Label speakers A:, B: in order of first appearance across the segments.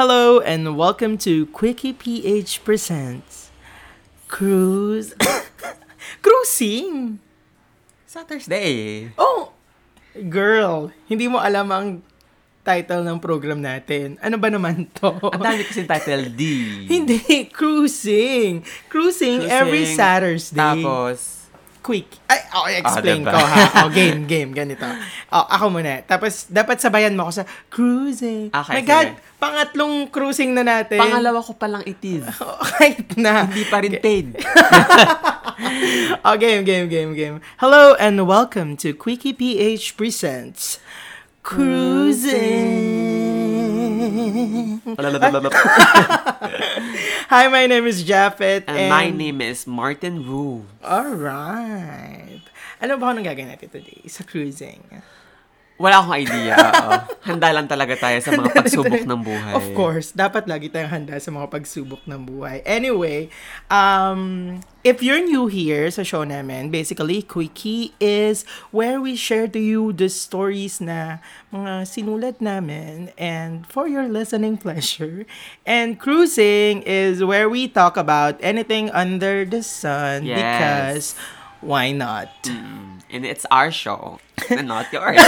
A: Hello and welcome to Quickie PH presents Cruise Cruising.
B: Saturday.
A: Oh, girl, hindi mo alam ang title ng program natin. Ano ba naman to?
B: Ang dami kasi title D.
A: hindi, cruising. cruising. every
B: Cruising,
A: Saturday.
B: Tapos,
A: quick. Ay, oh, explain
B: Ah, diba?
A: ko ha. Oh, game, game, ganito. Oh, ako muna. Tapos, dapat sabayan mo ako sa cruising.
B: Ah, Okay,
A: My God,
B: sige.
A: pangatlong cruising na natin.
B: pangalawa ko palang it is.
A: Oh, kahit na.
B: Hindi pa rin paid.
A: Oh, game, game, game, game. Hello and welcome to Quickie PH Presents Cruising. Hi, my name is Japheth.
B: And my name is Martin Wu.
A: Alright. Ano ba ang gagawin natin today sa cruising?
B: Wala akong idea. oo. Handa lang talaga tayo sa mga pagsubok ng buhay.
A: Of course, dapat lagi tayong handa sa mga pagsubok ng buhay. Anyway, um, if you're new here sa show namin, basically, Quickie is where we share to you the stories na mga sinulat namin and for your listening pleasure. And cruising is where we talk about anything under the sun
B: Yes.
A: because why not?
B: And it's our show. And not yours.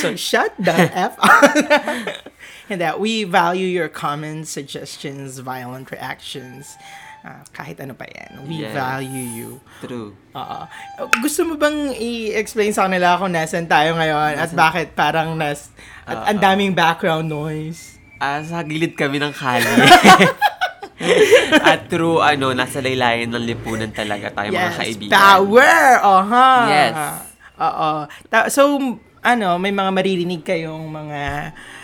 A: So shut the F up. And that we value your comments, suggestions, violent reactions. Ah, kahit ano pa yan. We
B: Yes.
A: value you.
B: True.
A: Oo. Gusto mo bang i-explain sa kanila kung nasan tayo ngayon at bakit parang nas... At ang daming background noise?
B: Ah, sa gilid kami ng kali. At true, ano, nasa laylayan ng lipunan talaga tayo mga kaibigan.
A: power! Aha!
B: Yes.
A: Oo. Ta- so, m- ano, may mga maririnig kayong mga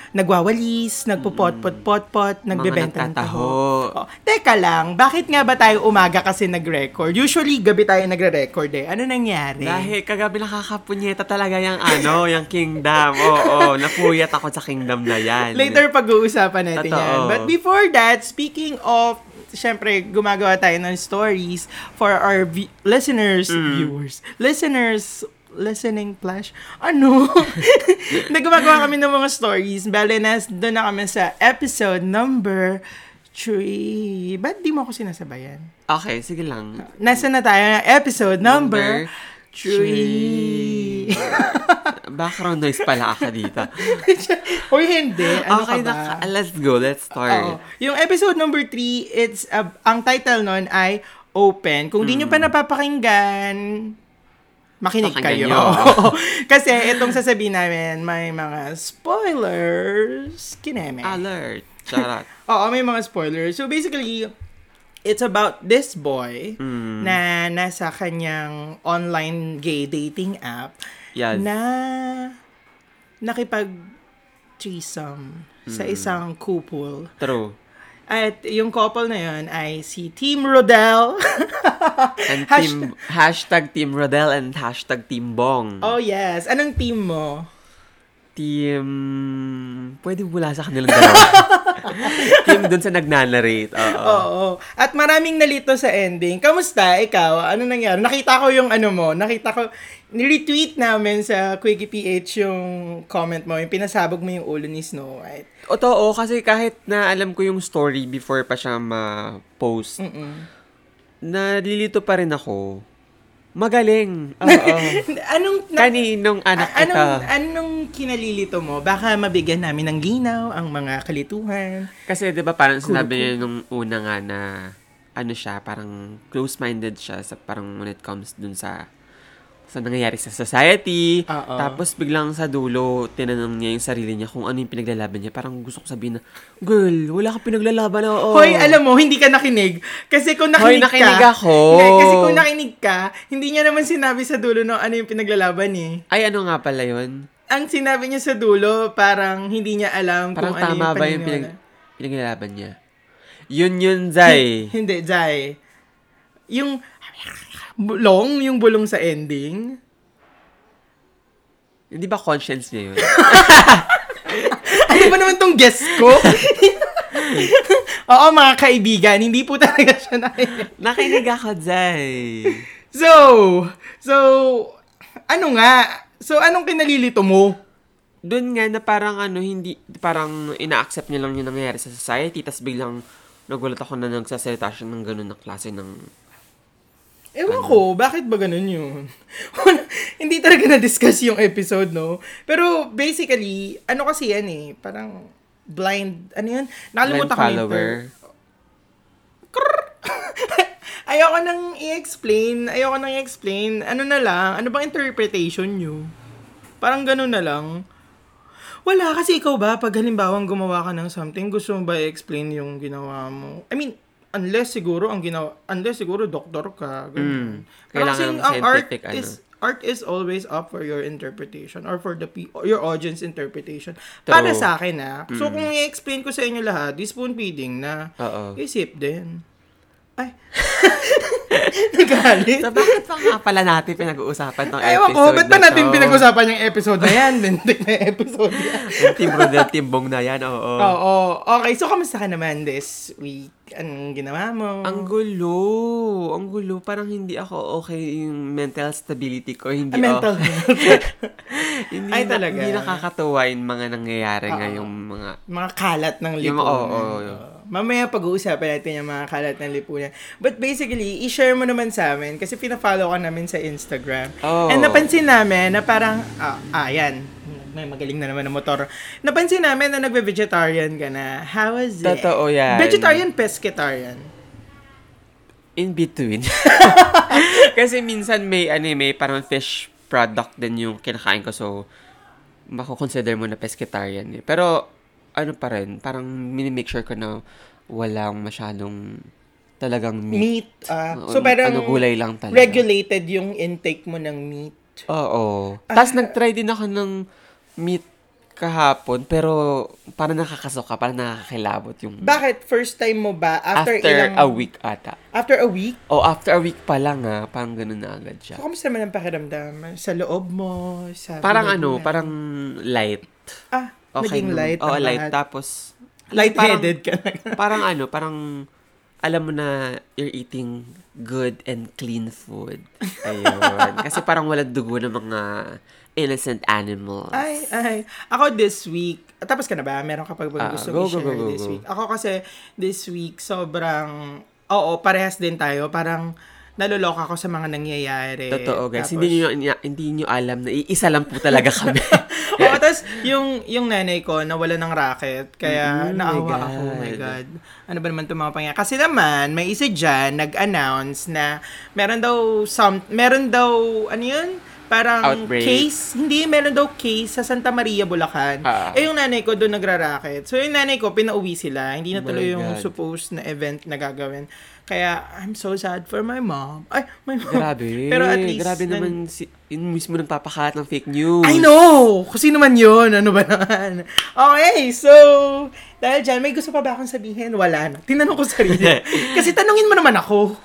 A: nagwawalis, nagpupot-pot-pot-pot, nagbebenta ng
B: Hmm. nagtataho.
A: taho. Oo. Teka lang, bakit nga ba tayo umaga kasi nag-record? Usually, gabi tayo nagre-record eh. Ano nangyari?
B: Dahil kagabi nakakapunyeta talaga yung ano, yung kingdom. Oo, napuyat ako sa kingdom na yan.
A: Later pag-uusapan natin
B: Totoo.
A: yan. But before that, speaking of, syempre, gumagawa tayo ng stories for our vi- listeners,
B: Mm.
A: viewers, listeners, listening flash, ano? na gumagawa kami ng mga stories. Bale, nas, doon na kami sa episode number 3. Ba't di mo ako sinasabayan?
B: Okay, sige lang.
A: Nasa na tayo ng episode number
B: Number
A: 3.
B: Background noise pala ako dito.
A: Uy, hindi. Ano
B: okay,
A: ka ba?
B: naka- let's go.
A: Oo.
B: Let's start.
A: Yung episode number 3, it's uh, ang title nun ay Open. Kung di nyo
B: Hmm.
A: pa napapakinggan, makinig
B: Pakinggan
A: kayo.
B: nyo.
A: Oo. Kasi itong sasabihin namin, may mga spoilers kineme.
B: Alert. Charot.
A: Oo, may mga spoilers. So basically, it's about this boy
B: Hmm.
A: na nasa kanyang online gay dating app
B: Yes.
A: na nakipag threesome sa
B: Hmm.
A: isang couple.
B: True.
A: At yung couple na yun ay si Team Rodel.
B: And
A: Hasht-
B: team, hashtag Team Rodel and hashtag Team Bong.
A: oh yes. Anong team mo?
B: Team... Pwede wala sa kanilang dalawa. team dun sa nagnanarate. Oo.
A: Oo. At maraming nalito sa ending. Kamusta? Ikaw? Ano nangyari? Nakita ko yung ano mo. Nakita ko. Niretweet namin sa Quickie PH yung comment mo. Yung pinasabog mo yung ulo ni Snow White.
B: Totoo, kasi kahit na alam ko yung story before pa siya ma-post, nalilito pa rin ako. Magaling. Oo.
A: Anong... na-
B: Kaninong anak
A: a-
B: kita.
A: anong, anong kinalilito mo? Baka mabigyan namin ng linaw ang mga kalituhan.
B: Kasi 'di ba parang sinabi niya nung una nga na ano siya, parang close-minded siya sa parang when it comes dun sa sa nangyayari sa society.
A: Oo.
B: Tapos biglang sa dulo, tinanong niya yung sarili niya kung ano yung pinaglalaban niya. Parang gusto ko sabihin na, girl, wala kang pinaglalaban. Oo.
A: Hoy, alam mo, hindi ka nakinig. Kasi kung
B: Oh. Hoy,
A: nakinig ka...
B: nakinig ako.
A: Hindi, kasi kung nakinig ka, hindi niya naman sinabi sa dulo no, ano yung pinaglalaban eh.
B: Ay, ano nga pala yun?
A: Ang sinabi niya sa dulo, parang hindi niya alam
B: Parang
A: kung ano
B: tama
A: yung
B: ba yung
A: paniniwala.
B: pinag- pinaglalaban niya? Yun yun, Zay.
A: Hindi, Jai. Yung bulong, yung bulong sa ending.
B: Hindi ba conscience niya yun?
A: Ano ba naman tong guess ko? Oo, mga kaibigan, hindi po talaga siya nakinig.
B: Nakinig ako, Zay.
A: So, so, ano nga? So, anong kinalilito mo?
B: doon nga na parang ano, hindi, parang ina-accept niya lang yung nangyayari sa society, tas biglang nagulat ako na nagsasalita siya ng ganun na klase ng...
A: Ewan
B: Ano?
A: ko, bakit ba ganun yun? Hindi talaga na-discuss yung episode, no? Pero basically, ano kasi yan eh, parang blind, ano yun? Nakalimutan ko
B: Blind
A: yung
B: follower.
A: term. Ayoko nang i-explain, ayoko nang i-explain. Ano na lang, ano bang interpretation nyo? Parang ganun na lang. Wala, kasi ikaw ba, pag halimbawang gumawa ka ng something, gusto mo ba i-explain yung ginawa mo? I mean, unless siguro ang ginawa, unless siguro doktor ka. ganun.
B: Mm. Kailangan
A: Parang
B: ng
A: ang art
B: scientific, ano.
A: is, art is always up for your interpretation or for the pe- or your audience interpretation.
B: True. Mm.
A: Para sa akin, ah. So, kung i-explain ko sa inyo lahat, di spoon feeding na
B: Oo.
A: isip din. Ay. Nagalit.
B: So, bakit pa nga pala natin pinag-uusapan ng episode
A: Ewan ko, ba't ba
B: na
A: natin
B: to?
A: pinag-usapan yung episode na yan? Lintik na episode yan.
B: Yung timbro na timbong na yan, oo.
A: Oo. Okay, so kamusta ka naman this week? Anong ginawa mo?
B: Ang gulo. Ang gulo. Parang hindi ako okay yung mental stability ko.
A: Ah,
B: Hindi
A: mental
B: okay.
A: health.
B: hindi,
A: Ay,
B: na-
A: talaga.
B: Hindi nakakatuwa yung mga nangyayari
A: Oo.
B: ngayong mga...
A: mga kalat ng
B: Yung-
A: lipunan.
B: oo, oo, oo.
A: Mamaya pag-uusapan natin yung mga kalat ng lipunan. But basically, i-share mo naman sa amin kasi pina-follow ka namin sa Instagram.
B: Oo.
A: And napansin namin na parang, ah, ah, yan. May magaling na naman ng motor. Napansin namin na nagbe-vegetarian ka na. How was it?
B: Totoo yan.
A: Vegetarian, pescatarian.
B: In between. Kasi minsan may, ano, eh, may parang fish product din yung kinakain ko. So, makukonsider mo na pescatarian eh. Pero, ano pa rin, parang minimake sure ko na walang masyadong talagang meat.
A: Meat. ah.
B: Oo,
A: so parang
B: ano, gulay lang talaga.
A: regulated yung intake mo ng meat.
B: Oo.
A: Ah.
B: Tapos nag-try din ako ng meat kahapon, pero parang nakakasuka, parang nakakilabot yung...
A: Bakit? First time mo ba? After,
B: after
A: ilang...
B: a week ata.
A: After a week?
B: O, after a week pa lang ha, parang ganun na agad siya.
A: So, kamusta naman ang pakiramdam? Sa loob mo? Sa
B: Parang
A: bilog
B: ano,
A: mo?
B: parang light.
A: Ah, naging
B: naman.
A: light.
B: Oo,
A: ang
B: light.
A: lahat.
B: Tapos,
A: Light-headed ka na.
B: parang ano, parang alam mo na you're eating good and clean food. Ayun. Kasi parang walang dugo ng mga innocent animals.
A: Ay, ay. Ako this week, tapos ka na ba? Meron ka pag
B: Ah,
A: gusto mo
B: go, go,
A: share
B: go, go,
A: this
B: go.
A: week. Ako kasi this week sobrang, oo, parehas din tayo. Parang naloloka ako sa mga nangyayari.
B: Totoo guys,
A: Tapos-
B: hindi niyo hindi niyo alam na iisa lang po talaga kami.
A: Oo, tapos yung, yung nanay ko nawala ng racket, kaya
B: Mm,
A: naawa
B: my God.
A: ako, oh my God. Ano ba naman itong mga pangyayari? Kasi naman, may isa dyan nag-announce na meron daw, some, meron daw, ano yun? Parang
B: Outbreak.
A: case. Hindi, meron daw case sa Santa Maria, Bulacan.
B: Ah.
A: Eh, yung nanay ko doon nagra-racket. So, yung nanay ko, pinauwi sila. Hindi na
B: Oh my
A: tuloy yung
B: God.
A: supposed na event na gagawin. Kaya, I'm so sad for my mom. Ay, my mom.
B: grabe.
A: Pero at least,
B: grabe
A: nan-
B: naman si yun mismo nagpapakalat ng fake news.
A: I know! Kung sino man yun, ano ba naman. Okay, so, dahil dyan, may gusto pa ba akong sabihin? Wala na. Tinanong ko sarili. Kasi tanungin mo naman ako.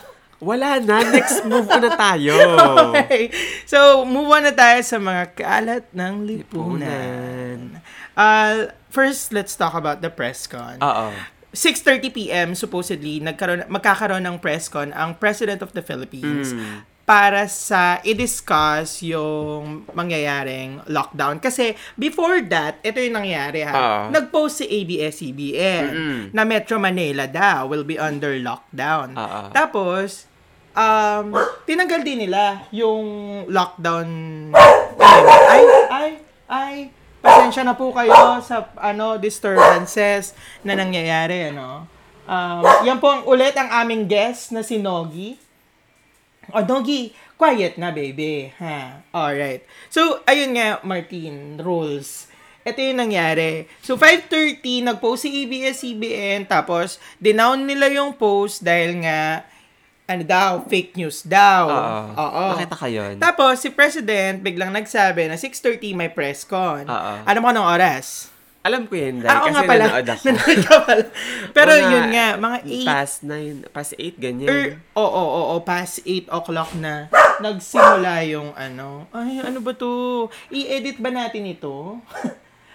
B: Wala na, next move ko na tayo.
A: Okay. So, move on na tayo sa mga kalat ng lipunan.
B: Lipunan.
A: Uh, first, let's talk about the press con.
B: Oo.
A: 6:30 p.m. supposedly nagkaroon magkakaroon ng press con ang President of the Philippines para sa i-discuss yung mangyayaring lockdown kasi before that ito yung nangyari ha
B: Oo.
A: nag-post si ABS-CBN na Metro Manila daw will be under lockdown
B: Oo.
A: tapos um tinanggal din nila yung lockdown ay ay ay pasensya na po kayo sa ano disturbances na nangyayari ano. Um, yan po ang ulit ang aming guest na si Nogi. O Nogi, quiet na baby. Ha. Alright. So ayun nga Martin rules. Ito yung nangyari. So, 5.30, nag-post si E ABS-CBN, tapos, dinown nila yung post dahil nga, ano daw, fake news daw.
B: Oo.
A: Oo.
B: Nakita ka yun.
A: Tapos, si President biglang nagsabi na 6.30 may press con.
B: Oo.
A: Alam mo anong oras?
B: Alam ko yun, dahil
A: Ah, oo
B: kasi
A: nga pala.
B: nanood ako.
A: Nanood ka pala. Pero
B: Mga
A: yun nga, mga Er, 8
B: Past 9, past 8, ganyan.
A: or, oo, oo, oo, past 8 o'clock na nagsimula yung ano. Ay, ano ba to? I-edit ba natin ito?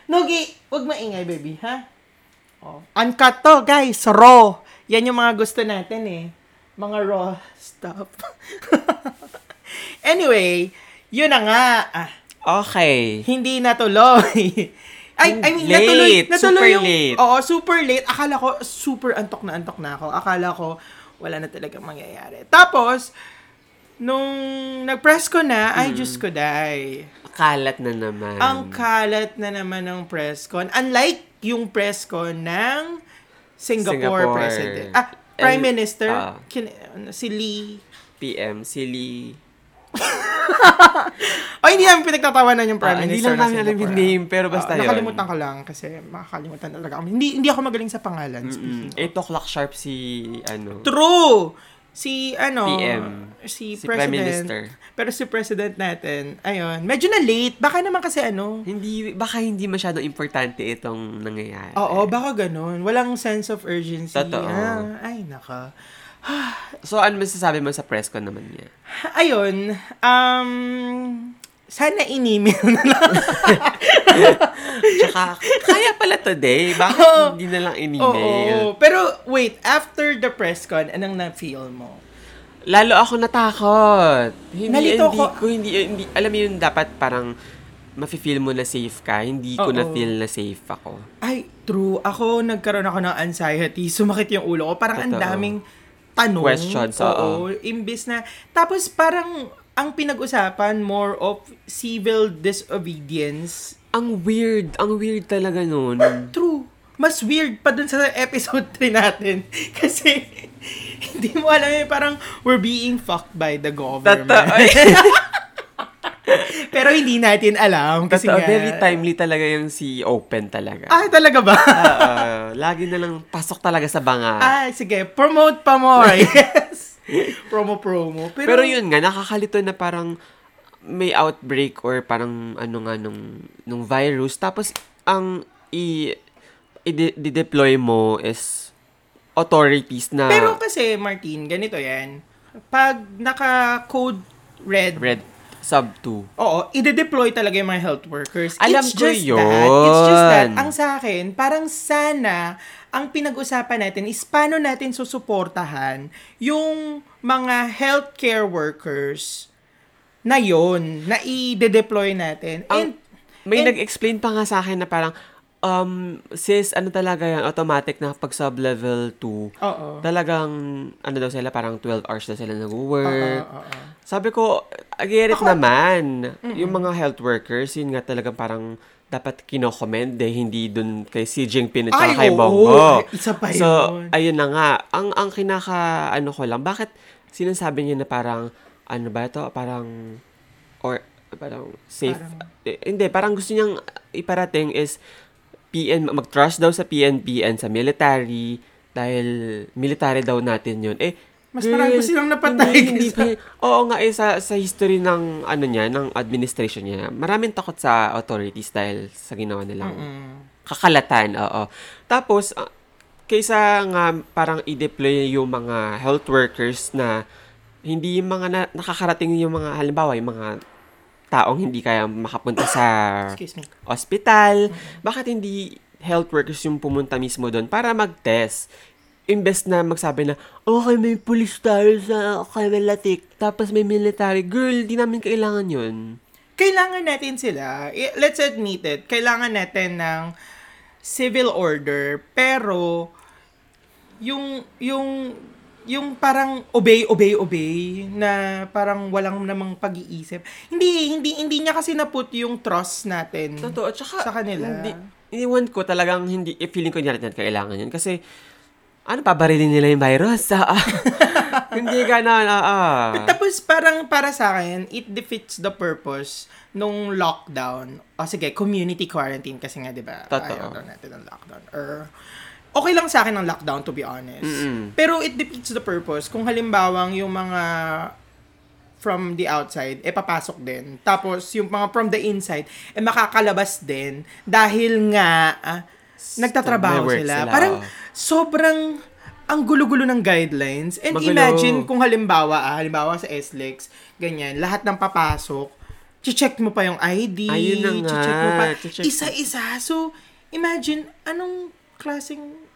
A: Nogi, wag maingay, baby, ha? Oh. Uncut to, guys. Raw. Yan yung mga gusto natin eh. Mga raw stuff. anyway, yun na nga. Ah,
B: Okay.
A: Hindi natuloy. Ay, I mean,
B: Late.
A: natuloy, natuloy
B: Super
A: yung,
B: late.
A: Oo, super late. Akala ko, super antok na antok na ako. Akala ko, wala na talaga mangyayari. Tapos, nung nag-press ko na,
B: Mm.
A: ay, Diyos ko, die.
B: Kalat na naman.
A: Ang kalat na naman ng press con. Unlike yung press con ng Singapore,
B: Singapore.
A: president. Ah, Prime
B: And-
A: Minister,
B: ah.
A: kin- ano, si Lee.
B: PM, silly.
A: Oh, hindi namin pinagtatawanan yung Prime
B: Ah, hindi
A: Minister
B: lang
A: ng
B: namin alam
A: Singapore.
B: yung name, pero
A: Ah,
B: basta yun.
A: nakalimutan ko lang kasi makakalimutan talaga ako. Hindi, hindi ako magaling sa pangalan.
B: Mm,
A: Speaking of.
B: 8 o'clock sharp si, ano,
A: True! Si, ano,
B: PM.
A: si,
B: si Prime
A: President.
B: Minister.
A: pero si President natin, ayun, medyo na late. Baka naman kasi ano,
B: Hindi, baka hindi masyadong importante itong nangyayari.
A: Oo, baka ganun. Walang sense of urgency.
B: Totoo.
A: Ah, ay, naka.
B: So, ano masasabi mo sa press ko naman niya?
A: Ayun, um, sana inimil na lang.
B: Tsaka, kaya pala today. Bakit
A: Oo.
B: hindi na lang
A: Oh. Oo,
B: in-email?
A: Pero wait, after the press con, anong na-feel mo?
B: Lalo ako natakot. Hindi,
A: Nalito
B: hindi
A: ko-
B: ko. Hindi, hindi, alam mo yun, dapat parang mafe-feel mo na safe ka. Hindi
A: Oo.
B: ko na-feel na safe ako.
A: Ay, true. Ako, nagkaroon ako ng anxiety. Sumakit yung ulo ko. Parang ang
B: Totoo.
A: daming tanong.
B: Questions,
A: Oo. Imbis na, tapos parang ang pinag-usapan more of civil disobedience
B: Ang weird. Ang weird talaga nun.
A: True. Mas weird pa dun sa episode 3 natin. Kasi, hindi mo alam eh, parang we're being fucked by the government.
B: Totoo.
A: Pero hindi natin alam. Kasi
B: Totoo.
A: nga-
B: Very timely talaga yung si Open talaga.
A: Ah, talaga ba?
B: Ah, ah, lagi na lang pasok talaga sa banga.
A: ah, sige. Promote pa more. yes. Promo-promo. Pero,
B: Pero yun nga, nakakalito na parang may outbreak or parang ano nga nung, nung virus. Tapos, ang i, i-deploy mo is authorities na
A: Pero kasi, Martin, ganito yan. Pag naka-code red,
B: red sub 2.
A: Oo, ide-deploy talaga yung mga health workers.
B: Alam
A: It's
B: ko
A: just that. It's just that.
B: yun.
A: Ang sa akin, parang sana, ang pinag-usapan natin is paano natin susuportahan yung mga healthcare workers na yon na i-deploy natin. And,
B: Ang- May
A: and-
B: nag-explain pa nga sa akin na parang, um, sis, ano talaga yan, automatic na pag sub level 2,
A: oo.
B: talagang, ano daw sila, parang 12 hours na sila
A: Oo,
B: nag-work.
A: oo, oo.
B: Sabi ko, I get it
A: Ah, Ako-
B: naman. Yung mga health workers, yun nga talaga parang dapat kinokomend eh, hindi dun kay Xi Jinping at
A: Ay,
B: saka kay
A: oo.
B: Bongo.
A: Ay, isa pa
B: so,
A: yun.
B: ayun na nga. Ang, ang kinaka, ano ko lang, bakit sinasabi niya na parang, ano ba ito, parang, or, parang safe. Eh, hindi, parang gusto niyang iparating is, PN, mag-trust daw sa PNP and sa military dahil military daw natin yun. Eh,
A: Mas marami pa
B: girl,
A: silang napatay
B: Hindi, hindi
A: kaysa-
B: pa- oo nga, eh, sa, sa history ng, ano niya, ng administration niya, maraming takot sa authorities dahil sa ginawa nilang kakalatan, oo. Tapos, ah, kaysa nga parang i-deploy yung mga health workers na hindi yung mga na- nakakarating yung mga, halimbawa, yung mga taong hindi kaya makapunta sa
A: Excuse me.
B: ospital, bakit hindi health workers yung pumunta mismo doon para mag-test? Imbes na magsabi na, okay, may police tayo sa Kamalatik, tapos may military. Girl, di namin kailangan yun.
A: Kailangan natin sila. I- Let's admit it. Kailangan natin ng civil order pero yung yung yung parang obey obey obey na parang walang namang pag-iisip. Hindi hindi hindi niya kasi naput yung trust natin.
B: Totoo, tsaka
A: Sa kanila.
B: Hindi, iniwan ko talagang hindi, eh, feeling ko hindi natin kailangan yun. Kasi, ano, pabarilin nila yung virus. Ah, ah. hindi ka na, ah, ah.
A: Tapos parang para sa akin, it defeats the purpose nung lockdown. O sige, community quarantine kasi nga, di ba?
B: Totoo.
A: Ayaw daw natin ng lockdown. Or, okay lang sa akin ang lockdown, to be honest.
B: Mm-mm.
A: Pero it defeats the purpose kung halimbawang yung mga from the outside, eh papasok din. Tapos yung mga from the inside, eh makakalabas din dahil nga ah, nagtatrabaho
B: may work
A: sila.
B: sila,
A: Parang
B: oo.
A: sobrang ang gulo-gulo ng guidelines. And
B: Magulo.
A: imagine kung halimbawa, ah, halimbawa sa SLEX, ganyan, lahat ng papasok, check mo pa yung ID,
B: Ayun Ah, na nga,
A: check mo pa,
B: chicheck mo.
A: isa-isa. So, imagine, anong klaseng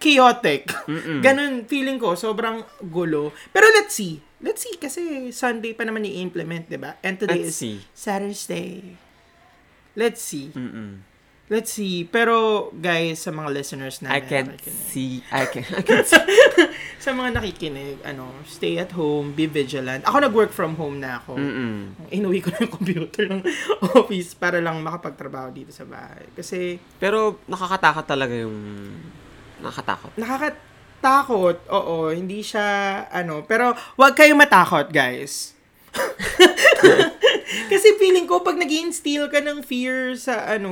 A: chaotic. Ganun, feeling ko, sobrang gulo. Pero let's see. Let's see, kasi Sunday pa naman i-implement, di ba? And today
B: Let's
A: is
B: see.
A: Saturday. Let's see.
B: Mm-mm.
A: Let's see. Pero, guys, sa mga listeners na
B: I can't
A: nakikinig-
B: see. I can I can't see.
A: sa mga nakikinig, ano, stay at home, be vigilant. Ako nag-work from home na ako.
B: Mm. Mm-mm.
A: Inuwi ko na yung computer ng office para lang makapagtrabaho dito sa bahay. Kasi,
B: Pero nakakatakot talaga yung... Nakakatakot.
A: nakakatakot. Oo, hindi siya ano, pero huwag kayong matakot, guys. Kasi feeling ko pag nag-instill ka ng fear sa ano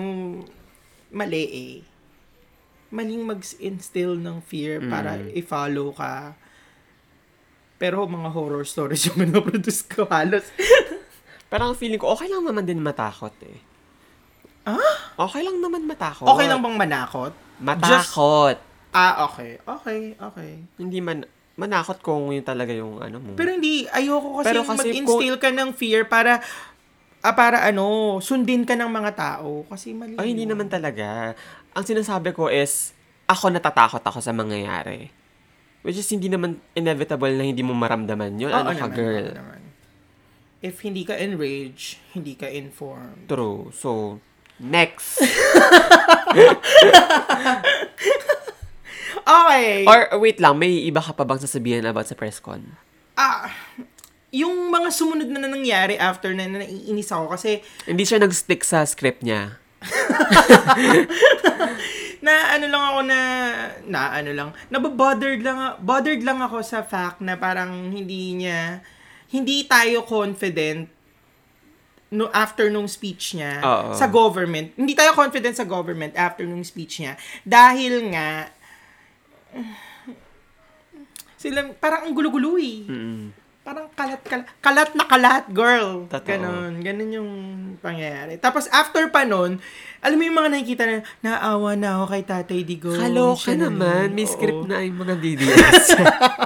A: mali eh. Maling mag-instill ng fear para i-follow ka. Pero mga horror stories yung pinoproduce ko halos.
B: Parang feeling ko, okay lang naman din matakot eh. Ah? Okay lang naman matakot.
A: Okay lang bang manakot?
B: Matakot.
A: Ah, okay. Okay, okay.
B: Hindi man... Manakot kung yun talaga yung ano mo.
A: Pero hindi, ayoko kasi,
B: Pero
A: yung
B: kasi
A: mag-instill ka ng fear para, ah, para ano, sundin ka ng mga tao. Kasi mali.
B: Ay, hindi
A: yun.
B: naman talaga. Ang sinasabi ko is, ako natatakot ako sa mangyayari. Which is, hindi naman inevitable na hindi mo maramdaman yun.
A: Oo
B: ano
A: naman,
B: ka, girl?
A: oo naman. If hindi ka enraged, hindi ka informed.
B: True. So, next.
A: Okay.
B: Or, wait lang, may iba ka pa bang sasabihin about sa press con?
A: ah, yung mga sumunod na nangyari after na, na naiinis ako kasi
B: Hindi siya nag-stick sa script niya.
A: na ano lang ako na na ano lang nababothered lang a- bothered lang ako sa fact na parang hindi niya hindi tayo confident no after nung speech niya
B: Oo.
A: sa government hindi tayo confident sa government after nung speech niya dahil nga sila parang ang gulo-gulo eh.
B: Mm-mm.
A: Parang kalat, kalat, kalat na kalat, girl.
B: Totoo.
A: Ganon, ganon yung pangyayari. Tapos after pa nun, alam mo yung mga nakikita na, naawa na ako kay Tatay Digo.
B: Kaloka
A: Siya
B: naman. May
A: oo.
B: script na yung mga DDS.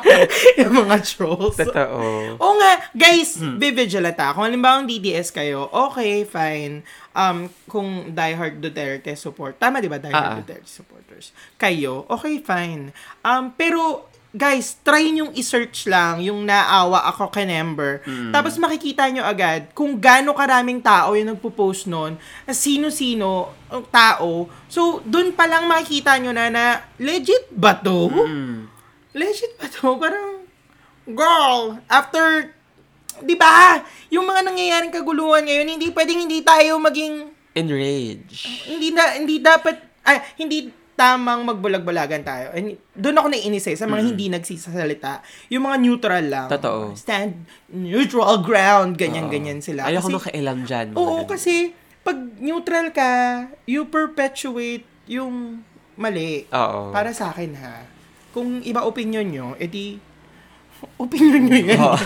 A: yung mga trolls.
B: Totoo. Hmm.
A: Oo nga, guys, be vigilant ah. Kung halimbawa ang DDS kayo, okay, fine. Um, kung diehard Duterte support, tama di ba diehard
B: Ah, ah.
A: Duterte supporters? Kayo, okay, fine. Um, pero, guys, try niyong i-search lang yung naawa ako kay Ember.
B: Mm.
A: Tapos makikita niyo agad kung gaano karaming tao yung nagpo-post nun, sino-sino ang tao. So, dun pa lang makikita niyo na na legit ba to?
B: Mm.
A: legit ba to? Parang, girl, after, di ba, yung mga nangyayaring kaguluhan ngayon, hindi pwedeng hindi tayo maging,
B: Enrage.
A: hindi na, hindi dapat, ay, hindi tamang magbulag-bulagan tayo. And doon ako naiinis eh, sa mga hindi nagsisasalita. Yung mga neutral lang.
B: Mm. Totoo.
A: Stand neutral ground, ganyan-ganyan sila.
B: Ayoko
A: Kasi-
B: nung kailam dyan. mga
A: Oo,
B: ganun.
A: kasi pag neutral ka, you perpetuate yung mali.
B: Oo.
A: Para sa akin ha. Kung iba opinion nyo, edi opinion nyo yan.
B: Oo.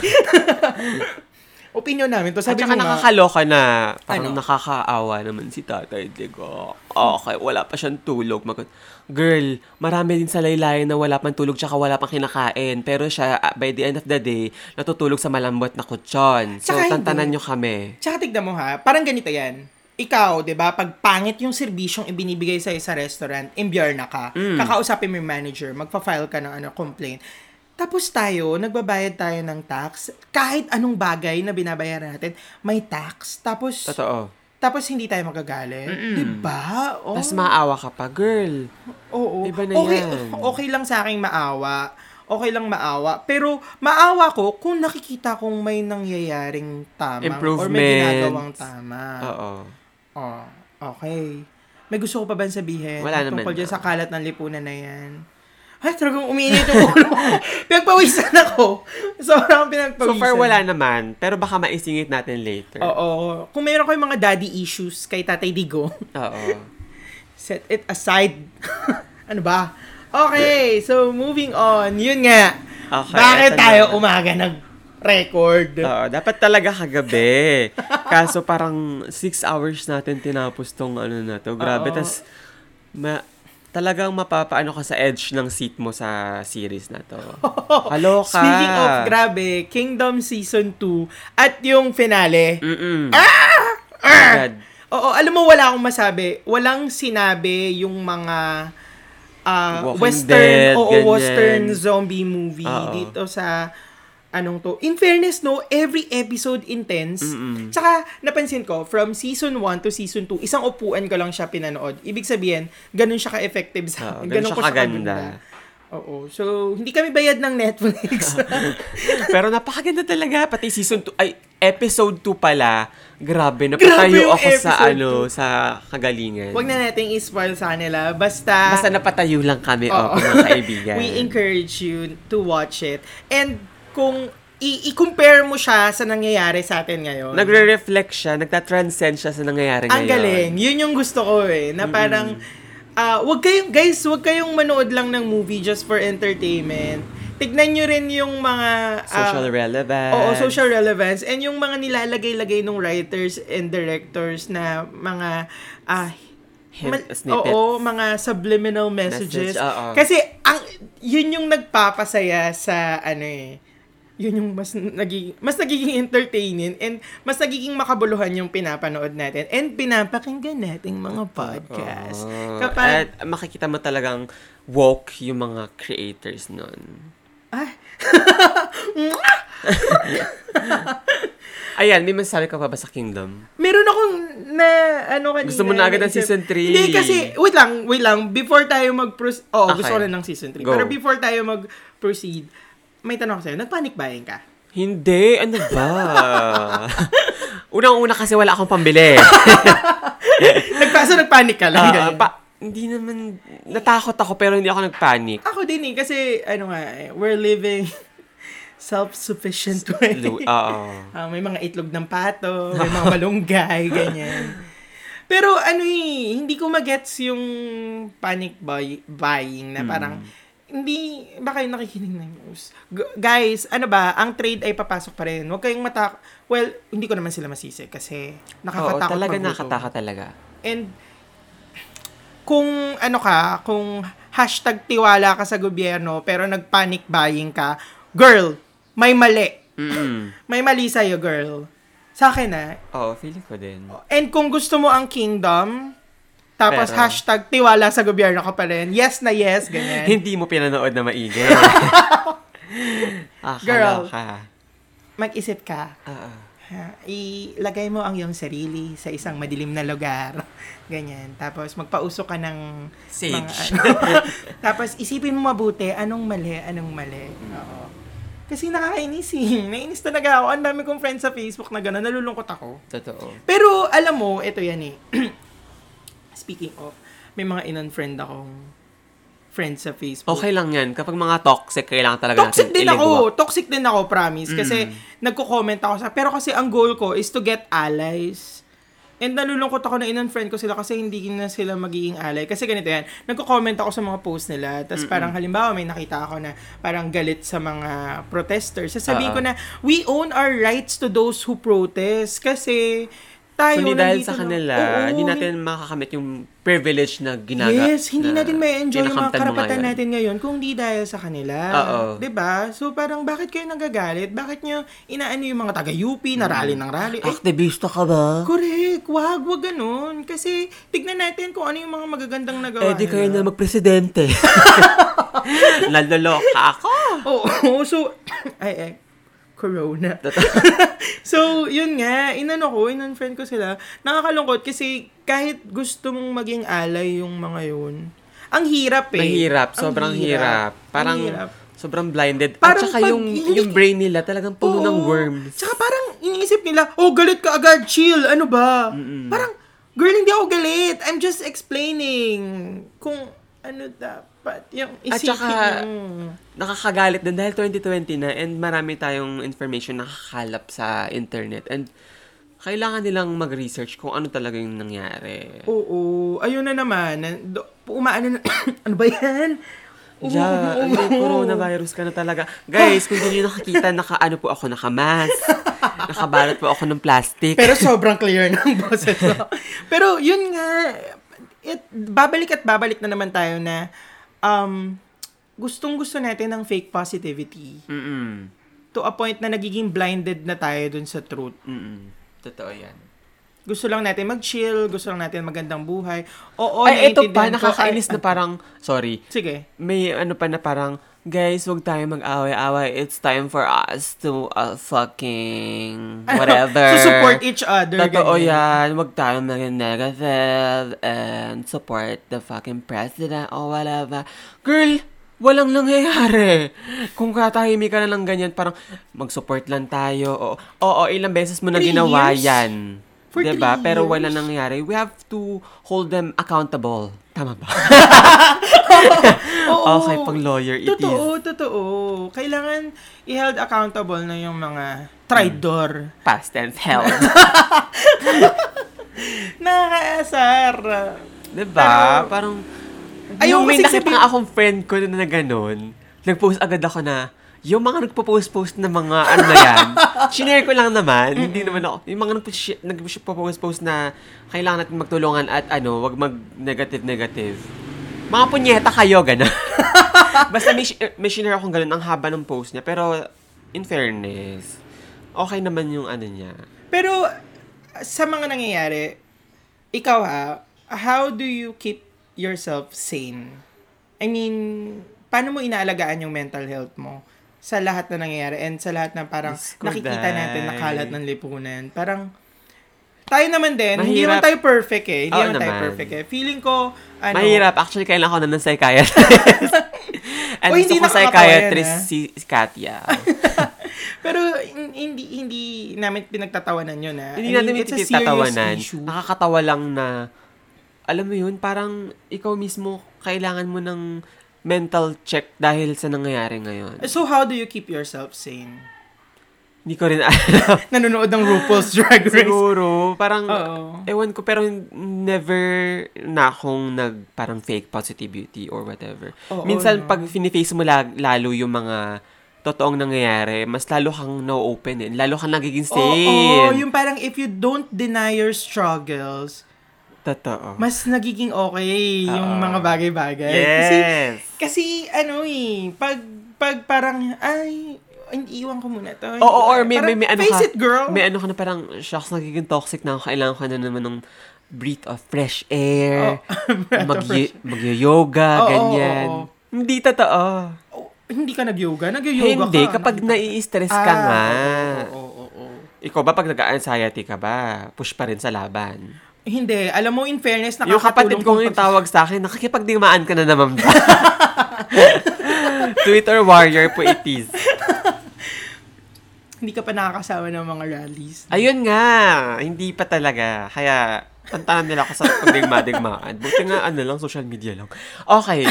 A: opinion namin. To
B: At
A: sabi
B: saka
A: mo nga,
B: nakakaloka na parang
A: Ano?
B: nakakaawa naman si tatay Digo. Okay, wala pa siyang tulog. Mag- Girl, marami din sa laylayan na wala pang tulog tsaka wala pang kinakain. Pero siya, ah, by the end of the day, natutulog sa malambot na kutsyon. So,
A: Tsaka hindi.
B: tantanan nyo kami.
A: Tsaka tignan mo ha, parang ganito yan. Ikaw, di ba, pag pangit yung serbisyong ibinibigay sa'yo sa restaurant, imbiyarna ka,
B: Mm.
A: kakausapin mo yung manager, magpa-file ka ng ano, complaint. Tapos tayo, nagbabayad tayo ng tax. Kahit anong bagay na binabayaran natin, may tax. Tapos,
B: Totoo.
A: tapos hindi tayo magagalit. Di ba? Oh.
B: Tapos maawa ka pa, girl.
A: Oo.
B: Iba na
A: okay,
B: yan.
A: okay lang sa akin maawa. Okay lang maawa. Pero maawa ko kung nakikita kong may nangyayaring tama or may
B: Improvements.
A: ginagawang tama.
B: Oo.
A: Oh, okay. May gusto ko pa ba sabihin?
B: Wala naman
A: Tungkol dyan
B: na.
A: sa kalat ng lipunan na yan. Ay, talagang umiinit yung ulo ko. Pinagpawisan ako. Sobrang pinagpawisan.
B: So far, wala naman. Pero baka maisingit natin later.
A: Oo. Kung meron kayong mga daddy issues kay Tatay Digo,
B: Oo.
A: set it aside. ano ba? Okay, so moving on. Yun nga.
B: Okay,
A: Bakit
B: eto
A: tayo
B: na.
A: umaga nag-record?
B: Oo, dapat talaga kagabi. Kaso parang six hours natin tinapos tong ano na to. Grabe,
A: Oo.
B: tas ma- talagang mapapaano ka sa edge ng seat mo sa series na to. Hello ka.
A: Speaking of, grabe, Kingdom Season 2 at yung finale.
B: Mm-mm. Ah!
A: Oo, alam mo, wala akong masabi. Walang sinabi yung mga ah,
B: Walking
A: western
B: Dead,
A: oo,
B: ganyan.
A: western zombie movie
B: Oo.
A: dito sa anong to. In fairness no, every episode intense. Tsaka napansin ko from season 1 to season 2, isang upuan ko lang siya pinanood. Ibig sabihin, ganun siya ka-effective
B: Oo,
A: sa akin.
B: ganun
A: ganun
B: siya
A: ko siya
B: kaganda.
A: kaganda. Oo. So, hindi kami bayad ng Netflix.
B: Pero napakaganda talaga. Pati season 2, ay, episode 2 pala. Grabe, napatayo
A: yung
B: ako sa
A: episode
B: ano, sa kagalingan.
A: Huwag na nating i-spoil sa nila. Basta,
B: Basta napatayo lang kami,
A: Oo.
B: oh, mga kaibigan.
A: we encourage you to watch it. And kung i- i-compare mo siya sa nangyayari sa atin ngayon.
B: Nagre-reflect siya, nagtatranscend siya sa nangyayari
A: ang
B: ngayon.
A: galing. Yun yung gusto ko eh. Na parang, ah, wag kayong, guys, wag kayong manood lang ng movie just for entertainment. Tignan nyo rin yung mga... ah,
B: Social relevance.
A: Oo, social relevance. And yung mga nilalagay-lagay ng writers and directors na mga... ah,
B: Hint,
A: mal-
B: snippets.
A: Oo, mga subliminal messages.
B: Message, oo.
A: Kasi ang yun yung nagpapasaya sa ano eh. Yun yung mas nagiging, mas nagiging entertaining and mas nagiging makabuluhan yung pinapanood natin and pinapakinggan nating mga podcast.
B: Oo.
A: Kapag
B: Ah. At makikita mo talagang woke yung mga creators nun.
A: ah,
B: Ayan, may masasabi ka pa ba sa Kingdom?
A: Meron akong na ano kanina.
B: Gusto mo na agad ang
A: naisip.
B: season three?
A: Hindi kasi, wait lang, wait lang. Before tayo mag-proceed, oh, gusto ko
B: Okay.
A: rin ng season 3.
B: Go.
A: Pero before tayo mag-proceed, may tanong ko sa'yo, nagpanic buying ka?
B: Hindi, ano ba? Unang-una kasi wala akong pambili.
A: Nagpaso, nagpanic ka lang.
B: Ah,
A: ganyan.
B: pa- hindi naman, natakot ako pero hindi ako nagpanic.
A: Ako din eh, kasi, ano nga, eh, we're living self-sufficient way.
B: Lu- Oo.
A: Ah, may mga itlog ng pato, may mga malunggay, ganyan. Pero ano eh, hindi ko magets yung panic buy- buying na parang,
B: Hmm.
A: hindi, baka yung nakikinig ng news. Gu- guys, ano ba, ang trade ay papasok pa rin. Huwag kayong matak... Well, hindi ko naman sila masisi kasi
B: Oo,
A: nakakatakot
B: talaga
A: magutom.
B: nakakatakot talaga.
A: And kung ano ka, kung hashtag tiwala ka sa gobyerno pero nag-panic buying ka, girl, may mali.
B: Mm-mm.
A: May mali sa'yo, girl. Sa akin na.
B: Oo, feeling ko din.
A: And kung gusto mo ang kingdom, tapos
B: Pero-
A: hashtag tiwala sa gobyerno ka pa rin. Yes na yes, ganyan.
B: Hindi mo pinanood na maigi. ah,
A: Girl.
B: Girl. Ka.
A: Mag-isip ka.
B: Oo.
A: Ha, Ilagay mo ang iyong sarili sa isang madilim na lugar. Ganyan. Tapos magpauso ka ng
B: Sage.
A: ano. Tapos isipin mo mabuti anong mali, anong mali. Oo. Kasi nakakainis eh. Nainis talaga ako. Ang dami kong friends sa Facebook na gano'n. Nalulungkot ako.
B: Totoo.
A: Pero alam mo, ito yan eh. Speaking of, may mga in-unfriend akong friends sa Facebook.
B: Okay lang yan. Kapag mga toxic, kailangan talaga
A: Toxic
B: natin Mm.
A: din
B: iligwa.
A: ako. Toxic din ako, promise. Kasi nagko-comment ako sa... Pero kasi ang goal ko is to get allies. And nalulungkot ako na in-unfriend ko sila kasi hindi na sila magiging ally. Kasi ganito yan, nagko-comment ako sa mga post nila. Tapos parang halimbawa may nakita ako na parang galit sa mga protesters. Sasabihin
B: Oo.
A: ko na, we own our rights to those who protest. Kasi tayo
B: Kundi dahil
A: nandito
B: sa
A: na-
B: kanila,
A: Oo,
B: hindi natin makakamit yung privilege na ginaga.
A: Yes, hindi
B: na
A: natin may enjoy yung mga
B: kinakamtan mo
A: karapatan
B: ngayon.
A: natin ngayon kung di dahil sa kanila.
B: Oo.
A: 'Di ba? So parang bakit kayo nagagalit? Bakit nyo inaano yung mga taga-UP na rally ng rally? Eh,
B: Ah. Aktivista ka ba?
A: correct. Wag, wag ganun. Kasi tignan natin kung ano yung mga magagandang nagawa
B: Eh, di kayo
A: nila.
B: na magpresidente. Naloloka ako.
A: Oo, oo, so, ay, ay, corona. so, yun nga, inano ko, inunfriend ko sila. Nakakalungkot kasi kahit gusto mong maging alay yung mga yun, ang hirap eh.
B: Mahirap.
A: Ang
B: Sobrang hirap.
A: Ang
B: Parang
A: hirap.
B: sobrang blinded.
A: Parang
B: At saka
A: pag-
B: yung, yung brain nila talagang puno ng
A: Oo.
B: worms.
A: Tsaka parang iniisip nila, oh, galit ka agad, chill, ano ba? Parang, girl, hindi ako galit. I'm just explaining kung ano dapat yung
B: At
A: isipin
B: saka,
A: mo.
B: nakakagalit din dahil 2020 na and marami tayong information na nakakalap sa internet and kailangan nilang mag-research kung ano talaga yung nangyari.
A: Oo, ayun na naman. Nando- Umaano na, ano ba yan? Oo,
B: Yeah,
A: oo,
B: ay, may
A: oo.
B: coronavirus ka na talaga. Guys, kung hindi nyo nakakita, naka ano po ako, naka-mask. Nakabalot po ako ng plastic.
A: Pero sobrang clear ng boses. ko. Pero yun nga, it, babalik at babalik na naman tayo na um, gustong gusto natin ng fake positivity.
B: Mm-mm.
A: to a point na nagiging blinded na tayo dun sa truth.
B: Mm-mm. Totoo yan.
A: Gusto lang natin mag-chill, gusto lang natin magandang buhay. Oo,
B: Ay, ito
A: naiintindihan
B: pa,
A: ko.
B: nakakainis
A: Ay,
B: na parang, sorry,
A: Sige.
B: may ano pa na parang, guys, huwag tayo mag-away-away. It's time for us to uh, fucking whatever.
A: Ano? to support each other.
B: Totoo
A: ganyan.
B: yan. Huwag tayo maging negative and support the fucking president or whatever. Girl, walang nangyayari. Kung katahimik ka na lang ganyan, parang mag-support lang tayo. Oo, oo ilang beses mo na
A: Three
B: ginawa
A: years?
B: yan.
A: For
B: diba?
A: three
B: Pero
A: years?
B: wala nangyari. We have to hold them accountable. Tama ba?
A: Oo.
B: okay, pang lawyer it
A: Totoo,
B: is.
A: totoo. Kailangan i-held accountable na yung mga traitor.
B: Past tense hell. Hmm.
A: Nakakaasar.
B: diba?
A: Pero-
B: Parang,
A: Ayaw
B: yung may
A: kasi
B: nakita
A: sabi-
B: nga akong friend ko na ganun, nag-post agad ako na, yung mga nagpo-post-post na mga ano na yan, shinare ko lang naman, hindi naman ako, yung mga nagpo- nagpo-post-post na kailangan natin magtulungan at ano, wag mag-negative-negative. Mga punyeta kayo, gano'n. Basta may, shi- may shinare akong ganun, ang haba ng post niya, pero in fairness, okay naman yung ano niya.
A: Pero sa mga nangyayari, ikaw ha, how do you keep yourself sane? I mean, paano mo inaalagaan yung mental health mo sa lahat na nangyayari and sa lahat na parang
B: Diyos ko,
A: nakikita
B: Day.
A: natin na kalat ng lipunan? Parang, tayo naman din, hindi
B: Mahirap.
A: naman tayo perfect eh. Hindi
B: Oo
A: naman tayo
B: naman.
A: perfect eh. Feeling ko, ano,
B: Mahirap. Actually, kailangan ko na ng psychiatrist. And
A: Uy,
B: gusto
A: hindi
B: ko
A: nakakatawa yan,
B: psychiatrist
A: ah.
B: si Katya.
A: Pero hin- hindi hindi namin pinagtatawanan yun ha. I mean,
B: Hindi natin
A: it's a serious
B: tatawanan.
A: issue.
B: Nakakatawa lang na, alam mo yun, parang ikaw mismo, kailangan mo ng mental check dahil sa nangyayari ngayon.
A: So how do you keep yourself sane?
B: Hindi ko rin alam.
A: Nanonood ng RuPaul's Drag Race.
B: Siguro, parang,
A: Oo.
B: ewan ko, pero hin- never na akong nag, parang fake positivity or whatever.
A: Oo,
B: Minsan,
A: no.
B: pag finiface mo la- lalo yung mga totoong nangyayari, mas lalo kang na-open eh. Lalo kang nagiging
A: Oo,
B: sane.
A: yung parang if you don't deny your struggles,
B: Totoo.
A: mas nagiging okay yung
B: Oo.
A: mga bagay-bagay. Kasi,
B: Ah. yes!
A: kasi ano eh, pag, pag parang, ay, iiwan ko muna to.
B: Oo, or may, may,
A: Parang,
B: may ano
A: face
B: ka.
A: it, girl.
B: May ano ka na parang, shucks, nagiging toxic na ako. Kailangan ko na naman ng breath of fresh
A: Oh.
B: air. mag
A: Oo,
B: yoga ganyan.
A: oo, oo.
B: Hindi totoo.
A: Oh, hindi ka nag-yoga? Nag-yoga ka.
B: Hindi,
A: ano?
B: kapag nai-stress ka
A: Ah,
B: nga.
A: Oo, oo, oo, oo.
B: Ikaw ba, pag nag-anxiety ka ba, push pa rin sa laban.
A: Hindi. Alam mo, in fairness, nakakatulong
B: Yung kapatid kong
A: kung
B: yung tawag sa akin, nakikipagdimaan ka na naman ba? Twitter warrior po it is.
A: Hindi ka pa nakakasama ng mga rallies.
B: Ayun nga, hindi pa talaga. Kaya, tantanan nila ako sa pagdigma-digmaan. Buti nga, ano lang, social media lang. Okay.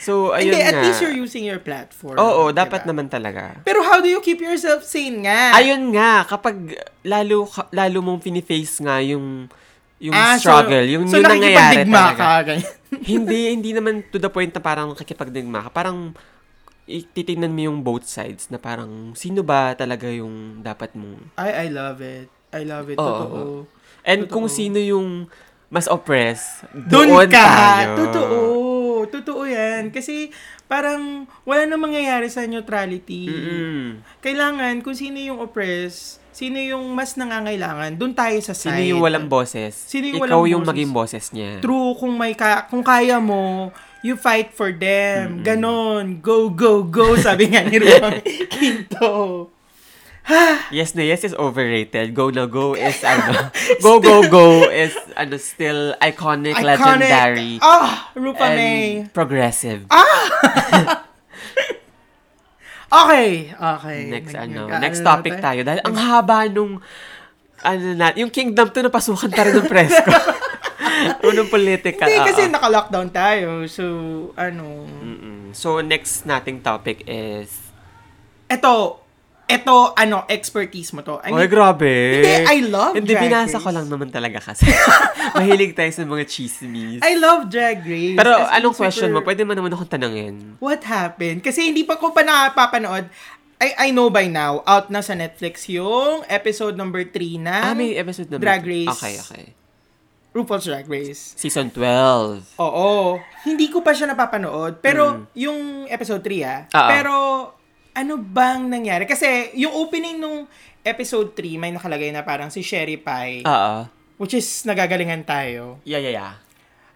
B: So, ayun
A: Hindi,
B: nga.
A: at least you're using your platform.
B: Oo, dapat
A: diba?
B: naman talaga.
A: Pero how do you keep yourself sane nga?
B: Ayun nga, kapag lalo ka- lalo mong finiface nga yung yung
A: Ah, so-
B: struggle, yung
A: so
B: yung nangyayari
A: nakikipagdigma
B: talaga.
A: ka, ganyan.
B: hindi, hindi naman to the point na parang nakikipagdigma ka. Parang titingnan mo yung both sides na parang sino ba talaga yung dapat mong
A: Ay, I love it. I love it.
B: Oo.
A: Totoo.
B: And
A: Totoo.
B: kung sino yung mas oppressed,
A: Doon
B: doon
A: ka.
B: tayo.
A: Totoo. Totoo yan. Kasi parang wala nang mangyayari sa neutrality.
B: Mm-mm.
A: Kailangan kung sino yung oppressed, sino yung mas nangangailangan, doon tayo sa side.
B: Sino yung walang boses?
A: Sino yung
B: Ikaw
A: walang
B: yung
A: boses?
B: maging boses niya.
A: True, kung may ka, kung kaya mo, you fight for them. Ganon. Go, go, go, sabi nga ni Ruang Quinto.
B: Yes na yes is overrated. Go na go is ano. go go go is ano still iconic, legendary.
A: Ah, Rupa
B: and
A: May.
B: progressive.
A: Okay, okay.
B: next
A: Nag-
B: ano,
A: nag-
B: next
A: ano na
B: topic tayo. Dahil ang haba nung ano na, yung Kingdom to napasukan pa rin ng presko. Unong political.
A: Hindi, kasi
B: oo.
A: naka-lockdown tayo. So, ano.
B: Mm-mm. So next nating topic is
A: Eto, eto, ano, expertise mo to. I mean,
B: Ay, grabe.
A: Hindi, I love
B: Hindi,
A: Drag Race.
B: binasa ko lang naman talaga kasi. Mahilig tayo sa mga chismis.
A: I love Drag Race.
B: Pero
A: As in,
B: anong question mo?
A: super-
B: Pwede mo naman akong tanangin.
A: What happened? Kasi hindi pa ko pa nakapapanood. I, I know by now, out na sa Netflix yung episode number 3 na
B: Ah, may episode naman.
A: Drag Race.
B: Okay, okay.
A: RuPaul's Drag Race.
B: Season 12.
A: Oo. Hindi ko pa siya napapanood. Pero, yung episode 3 Hmm. ah.
B: Oo.
A: Pero, ano bang nangyari? Kasi, yung opening nung episode 3, may nakalagay na parang si Sherry Pie
B: Oo.
A: which is nagagalingan tayo,
B: Yeah, yeah, yeah.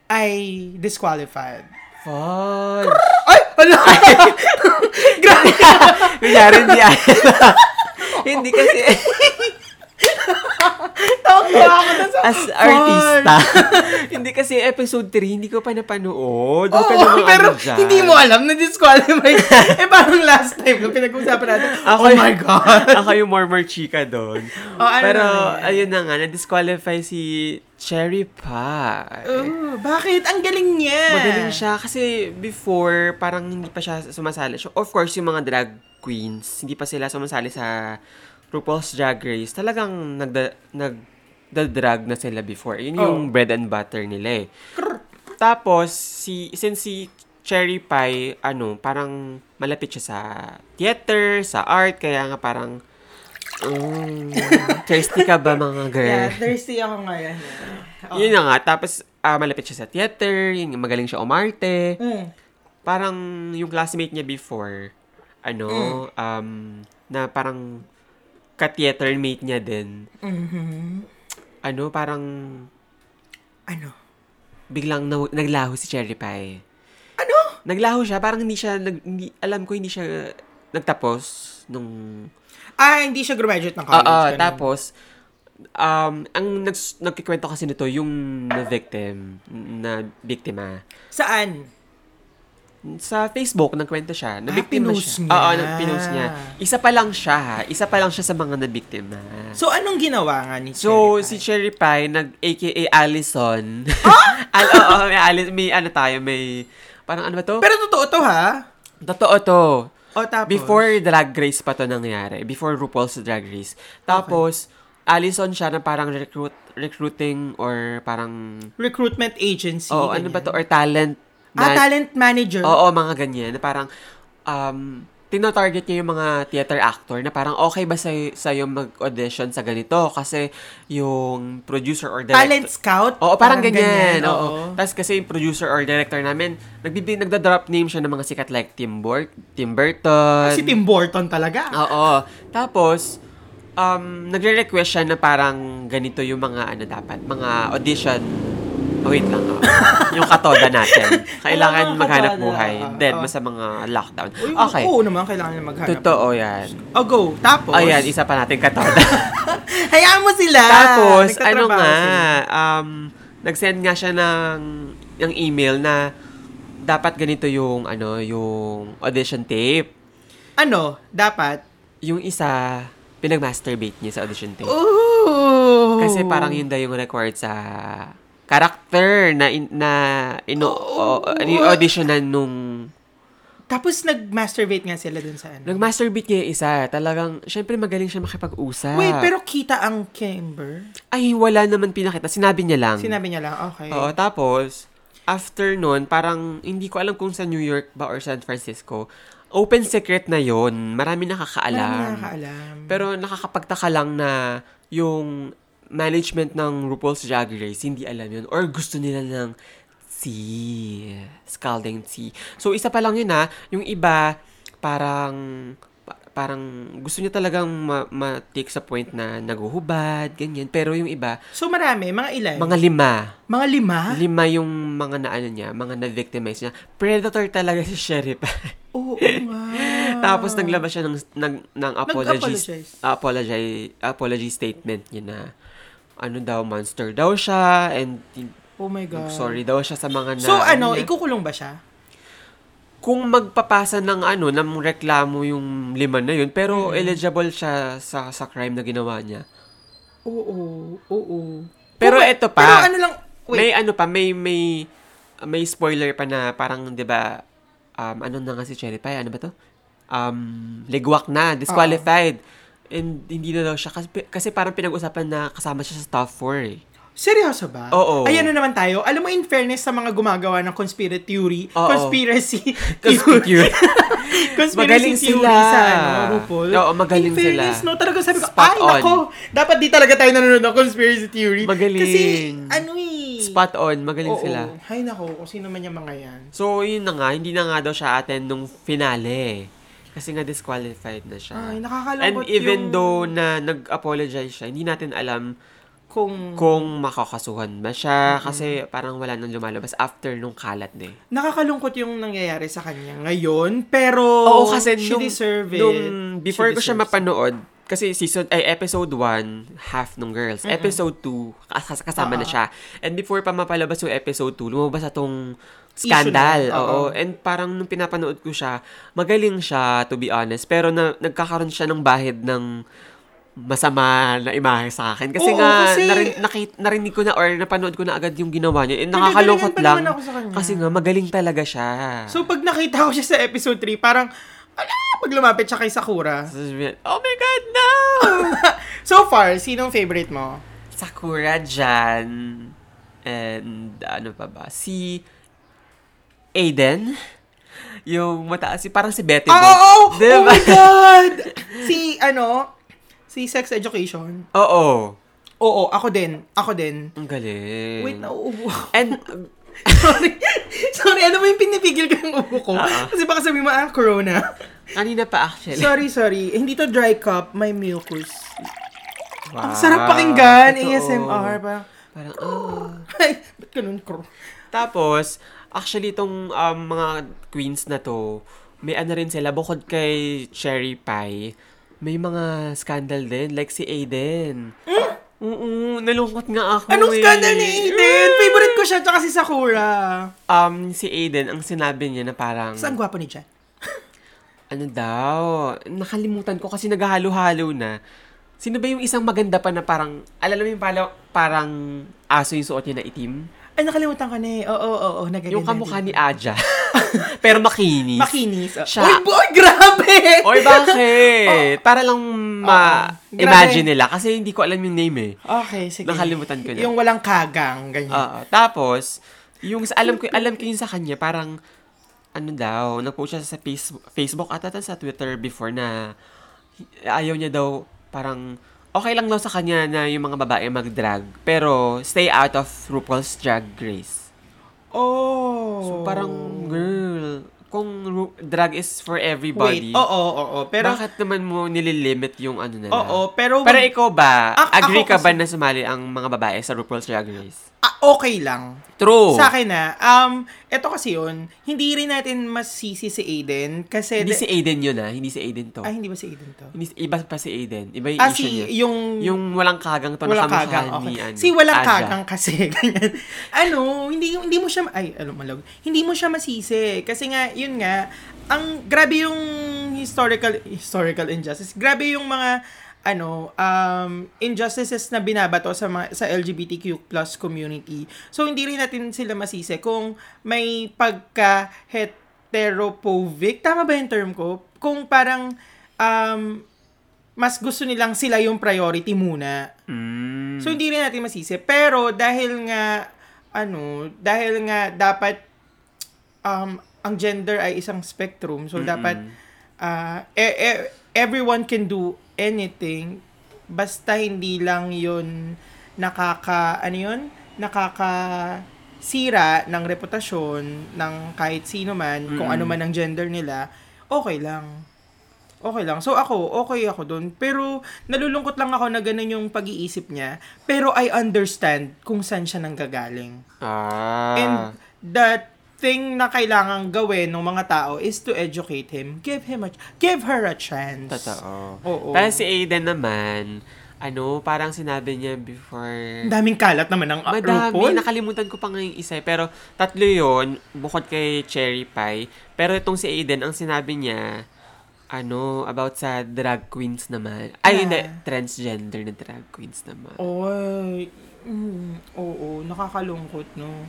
A: ay disqualified.
B: Fudge!
A: Ay! Ano? Grabe!
B: Kunyari, hindi Hindi kasi,
A: Tawag na ako dun sa...
B: as artista, hindi kasi episode 3, hindi ko pa napanood. Huwag ka
A: Oo,
B: namang
A: Oh, pero
B: ano dyan.
A: hindi mo alam na disqualified. eh, parang last time nung pinag-usapan natin.
B: Ako
A: oh
B: yung-
A: my God.
B: Ako yung murmur chica doon.
A: Oh, ano
B: pero,
A: naman yan?
B: ayun na nga, na-disqualify si Cherry Pie.
A: Oh, bakit? Ang galing niya.
B: Magaling siya kasi before parang hindi pa siya sumasali. So, of course, yung mga drag queens, hindi pa sila sumasali sa RuPaul's Drag Race. Talagang nagda, nagda-drag na sila before. Yun yung
A: Oh.
B: bread and butter nila eh. Tapos, si, since si Cherry Pie, ano, parang malapit siya sa theater, sa art, kaya nga parang, um, thirsty ka ba mga girl?
A: Yeah, thirsty ako ngayon. Oh.
B: Yun na nga, tapos ah, malapit siya sa theater, yun, magaling siya umarte.
A: Mm.
B: Parang yung classmate niya before, ano,
A: Mm.
B: um, na parang ka-theater mate niya din. Mm-hmm.
A: Mhm.
B: Ano, parang
A: Ano?
B: biglang naw- naglaho si Cherry Pie.
A: Ano?
B: Naglaho siya, parang hindi siya, nag, hindi, alam ko hindi siya nagtapos nung
A: Ah, hindi siya graduate ng college.
B: Oo,
A: ganun.
B: Ah, tapos, um, ang nags, nagkikwento kasi nito yung na victim, na biktima.
A: Saan?
B: Sa Facebook, nagkwento siya. Na
A: Ah,
B: biktima
A: pinost
B: siya.
A: niya.
B: Oo, na- pinost niya. Isa pa lang siya, ha? Isa pa lang siya sa mga nabiktima.
A: So, anong ginawa nga ni
B: So,
A: Cherry
B: si
A: Pie?
B: Cherry Pie, nag, aka Allison. Al- Oo, may, Alice, may ano tayo, may, parang ano ba to?
A: Pero totoo to, ha?
B: Totoo to. Oh,
A: O, tapos?
B: Before Drag Race pa to nangyari. Before RuPaul's Drag Race. Tapos, Allison siya na parang recruit, recruiting or parang...
A: Recruitment agency.
B: Oh, ano ba to? Or talent. Oh,
A: Ah,
B: na-
A: talent manager.
B: Oo, mga ganyan. Na parang, um, tinotarget niya yung mga theater actor na parang okay ba sa'yo, sa'yo mag-audition sa ganito? Kasi yung producer or director...
A: talent scout.
B: Oo, parang, ganyan. Oo. Tapos kasi yung producer or director namin, nagbibig, nagda-drop name siya ng mga sikat like Tim, Bur- Tim Burton.
A: Ah, Si Tim Burton talaga.
B: Oo. Tapos, um, nagre-request siya na parang ganito yung mga ano dapat, mga audition. Oh, wait lang. oh. yung katoda natin.
A: Alam, mga
B: Kailangan maghanap
A: katoda.
B: buhay.
A: Ah,
B: Dead
A: ah.
B: mo sa mga lockdown.
A: Uy,
B: Okay.
A: Oo naman, kailangan na maghanap.
B: Totoo yan.
A: O, Oh, go. Tapos?
B: Ayan, isa pa natin katoda.
A: Hayaan mo sila.
B: Tapos,
A: Ah,
B: ano
A: Nagtatrabaho
B: nga,
A: sila.
B: um, nag-send nga siya ng, ng email na dapat ganito yung, ano, yung audition tape.
A: Ano? Dapat?
B: Yung isa, pinag-masturbate niya sa audition
A: Oh.
B: tape.
A: Ooh.
B: Kasi parang yun daw yung required sa character na in, na ino
A: Oh.
B: o- ano yung auditionan nung
A: Tapos nag-masturbate nga sila dun sa ano.
B: nag-masturbate niya yung isa. Talagang syempre magaling siya makipag-usap.
A: Wait, pero kita ang Kimber?
B: ay wala naman pinakita. Sinabi niya lang.
A: Sinabi niya lang, okay.
B: Oo, tapos after nun, parang hindi ko alam kung sa New York ba or San Francisco. Open secret na yon. Marami nakakaalam.
A: Marami nakakaalam.
B: Pero nakakapagtaka lang na yung management ng RuPaul's Drag Race, hindi alam yun. Or gusto nila ng tea. Scalding tea. So, isa pa lang yun ha. Yung iba, parang pa- parang gusto niya talagang ma- ma-take sa point na naguhubad, ganyan. Pero yung iba,
A: So marami, mga ilan? Mga,
B: mga lima.
A: lima?
B: Lima yung mga naano niya, mga na-victimize niya. Predator talaga si Sheriff.
A: Oo nga.
B: Tapos naglabas siya ng ng, ng apology
A: Ah. Nag-apologize.
B: apology apology statement niya na ano daw monster daw siya and tin-
A: Oh my God.
B: sorry daw siya sa mga na
A: So ano,
B: niya.
A: ikukulong ba siya?
B: kung magpapasa ng ano ng reklamo yung lima na yun pero
A: Mm-hmm.
B: eligible siya sa sa crime na ginawa niya.
A: Oo, oo.
B: Pero
A: Kung ba-
B: eto pa.
A: Pero ano lang, wait.
B: May ano pa, may may may spoiler pa na parang 'di ba um ano na nga si Cherry Pie, ano ba 'to? Um ligwak na, disqualified. And hindi na daw siya kasi, kasi parang pinag-usapan na kasama siya sa top 4 eh.
A: Seryoso ba?
B: Oo.
A: Ayan na naman tayo. Alam mo, in fairness sa mga gumagawa ng conspiracy theory,
B: Oo.
A: conspiracy theory,
B: Conspiracy.
A: conspiracy
B: Magaling
A: theory
B: sila.
A: sa ano, RuPaul.
B: Oo, magaling
A: in fairness,
B: sila.
A: no, talaga sabi ko,
B: Spot
A: ay,
B: on.
A: nako, dapat di talaga tayo nanonood ng conspiracy theory.
B: Magaling.
A: Kasi, ano eh.
B: Spot on, magaling
A: Oo,
B: sila.
A: Ay, nako, kung sino man yung mga yan.
B: So, yun na nga, hindi na nga daw siya attend nung finale. Kasi nga disqualified na siya.
A: Ay, nakakalungkot
B: Ah. And even
A: yung-
B: though na nag-apologize siya, hindi natin alam
A: kung
B: Kung makakasuhan ba siya, kasi parang wala nang lumalabas after nung kalat na eh.
A: nakakalungkot yung nangyayari sa kanya ngayon, pero
B: Oo, kasi
A: she
B: nung,
A: deserve it.
B: nung before
A: She
B: ko siya
A: deserves it.
B: mapanood, kasi season ay episode 1 half nung girls. Episode 2 kas- kasama na
A: Oo.
B: siya. And before pa mapalabas yung episode 2, lumabas atong
A: Issue na,
B: scandal.
A: oo.
B: Oo. And parang nung pinapanood ko siya, magaling siya to be honest, pero na, nagkakaroon siya ng bahid ng masama na imahe sa akin. Kasi
A: Oo,
B: nga,
A: kasi-
B: narin, nakit, narinig ko na or napanood ko na agad yung ginawa niya. Eh,
A: Pinagalingan
B: nakakalungkot
A: pa
B: lang.
A: naman ako sa kanya.
B: Kasi nga, magaling talaga siya.
A: So pag nakita ko siya sa episode 3, parang ala, pag lumapit siya kay Sakura.
B: Oh my God, no!
A: so far, sinong favorite mo?
B: Sakura dyan. And ano pa ba? Si Aiden. Yung mataas. Si, parang si Betty
A: Oh,
B: Boop.
A: oh, oh,
B: Diba?
A: oh my God! si, ano, si Sex Education.
B: Oo.
A: Oo, ako din. Ako din.
B: Ang galing.
A: Wait, nauubo ako.
B: And, um,
A: Sorry. Sorry, ano mo yung pinipigil ko yung ubo ko?
B: Ah.
A: Kasi baka sabihin mo, ah, corona.
B: kanina pa actually.
A: sorry, sorry. Hindi to dry cup, may mucus.
B: Wow.
A: Ang sarap pakinggan,
B: Ah, Totoo.
A: ASMR. Parang,
B: Parang, ah.
A: ay, ba't ganun, kro?
B: Tapos, actually, itong um, mga queens na to, may ano rin sila, bukod kay Cherry Pie, may mga scandal din, like si Aiden. Oo, nalungkot nga ako
A: Hmm? Anong
B: eh. Hmm?
A: scandal ni Aiden? Favorite ko siya, tsaka si Sakura.
B: Um, si Aiden, ang sinabi niya na parang,
A: Saan gwapo ni Jet?
B: ano daw, nakalimutan ko kasi naghahalo-halo na. Sino ba yung isang maganda pa na parang, alala mo yung pala, parang aso yung suot niya na itim?
A: Ay, nakalimutan ka na eh. Oo, oo, oo. nagaganda
B: Yung kamukha
A: din.
B: ni Aja. Pero makinis.
A: Makinis.
B: Siya.
A: Uy, boy, grabe!
B: Oy, bakit? Para lang
A: Oh. Oo.
B: ma-imagine
A: Grabe.
B: nila. Kasi hindi ko alam yung name eh.
A: Okay, sige.
B: Nakalimutan ko na. Ah.
A: Yung walang kagang, ganyan.
B: Oo. tapos, yung sa- alam ko, alam ko yun sa kanya, parang, ano daw, nag-post siya sa face- Facebook at ata sa Twitter before na ayaw niya daw, parang, okay lang daw sa kanya na yung mga babae mag-drag, pero stay out of RuPaul's Drag Race.
A: oh.
B: So, parang, girl, kung Ru- drag is for
A: Wait,
B: everybody,
A: oo, oo, oo. Pero,
B: bakit naman mo nililimit yung ano nila?
A: oo, pero,
B: Pero ikaw ba,
A: Ak-
B: agree
A: ako
B: ka ba
A: kasi-
B: na sumali ang mga babae sa RuPaul's Drag Race?
A: Ah, okay lang.
B: True.
A: Sa akin na, um, eto kasi yun, hindi rin natin masisi si Aiden kasi...
B: Hindi si Aiden yun ah. Hindi si Aiden to.
A: Ay, hindi ba si Aiden to?
B: Hindi, si- iba pa si Aiden. Iba yung
A: Ah,
B: issue
A: si,
B: niya.
A: yung...
B: Yung walang kagang to
A: walang
B: na kamukha
A: kagang.
B: ni
A: Okay.
B: ano,
A: si walang
B: Aja.
A: kagang kasi. ganyan. ano, hindi hindi mo siya, ma- ay, ano, malag. Hindi mo siya masisi. Kasi nga, yun nga, ang grabe yung historical historical injustice. Grabe yung mga ano um injustices na binabato sa mga, sa LGBTQ plus community. So hindi rin natin sila masisi kung may pagka heterophobic. Tama ba yung term ko? Kung parang um mas gusto nilang sila yung priority muna.
B: Mm.
A: So hindi rin natin masisi. Pero dahil nga ano, dahil nga dapat um ang gender ay isang spectrum. So dapat ah, e- e- everyone can do anything basta hindi lang 'yon nakaka ano 'yon? Nakaka sira ng reputasyon ng kahit sino man, kung ano man ang gender nila, okay lang. Okay lang. So ako, okay ako doon. Pero nalulungkot lang ako na ganun yung pag-iisip niya. Pero I understand kung saan siya nanggagaling.
B: Ah.
A: And the thing na kailangan gawin ng mga tao is to educate him. Give him a give her a chance.
B: Totoo.
A: Oo.
B: Parang si Aiden naman, ano, parang sinabi niya before...
A: Ang daming kalat naman ng uh,
B: Madami,
A: RuPaul.
B: nakalimutan ko pa nga yung isa. eh. Pero tatlo yon bukod kay Cherry Pie. Pero itong si Aiden, ang sinabi niya, ano, about sa drag queens naman.
A: Yeah. Oh.
B: Ay, hindi, transgender na drag queens naman.
A: Oy. Mm, oo, nakakalungkot no.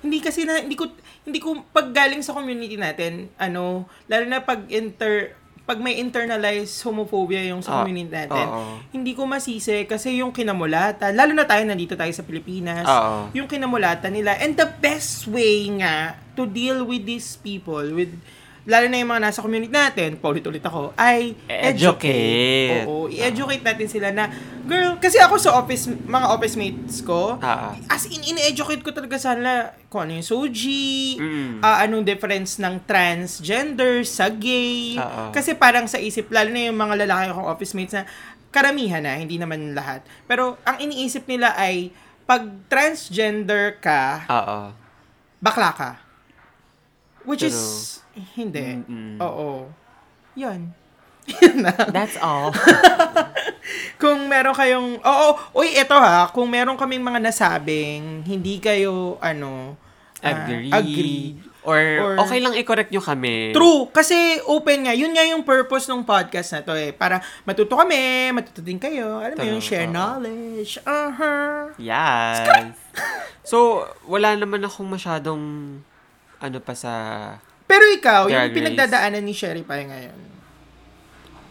A: Hindi kasi na hindi ko hindi ko pag galing sa community natin, ano, lalo na pag inter pag may internalized homophobia yung sa
B: Ah,
A: community natin,
B: oo.
A: hindi ko masisi kasi yung kinamulatan, lalo na tayo nandito tayo sa Pilipinas,
B: Ah, Oo.
A: yung kinamulatan nila. And the best way nga to deal with these people, with lalo na yung mga nasa community natin, paulit-ulit ako, ay
B: Educate.
A: Oo, i-educate natin sila na, girl, kasi ako sa office, mga office mates ko,
B: Ah, ah.
A: as in, in-educate ko talaga sana kung ano yung soji,
B: Mm.
A: ah, anong difference ng transgender sa gay.
B: Oo.
A: Kasi parang sa isip, lalo na yung mga lalaki akong office mates na, karamihan na, hindi naman lahat. Pero ang iniisip nila ay pag transgender ka,
B: ah. Oo.
A: bakla ka. Which
B: Pero-
A: is hindi.
B: Mm-mm.
A: Oo. 'Yun. Yun na.
B: That's all.
A: Kung meron kayong Oo, uy, ito ha, kung meron kaming mga nasabing hindi kayo ano ah,
B: Agree.
A: agree.
B: Or,
A: Or-
B: okay lang i-correct nyo kami.
A: True, kasi open nga. Yun nga yung purpose ng podcast na to eh. Para matuto kami, matuto din kayo. Alam mo
B: Tama,
A: yung share
B: oo.
A: knowledge. Uh-huh.
B: Yes. so, wala naman akong masyadong ano pa sa...
A: Pero ikaw,
B: Drag
A: yung
B: race.
A: pinagdadaanan ni Sherry Pie ngayon.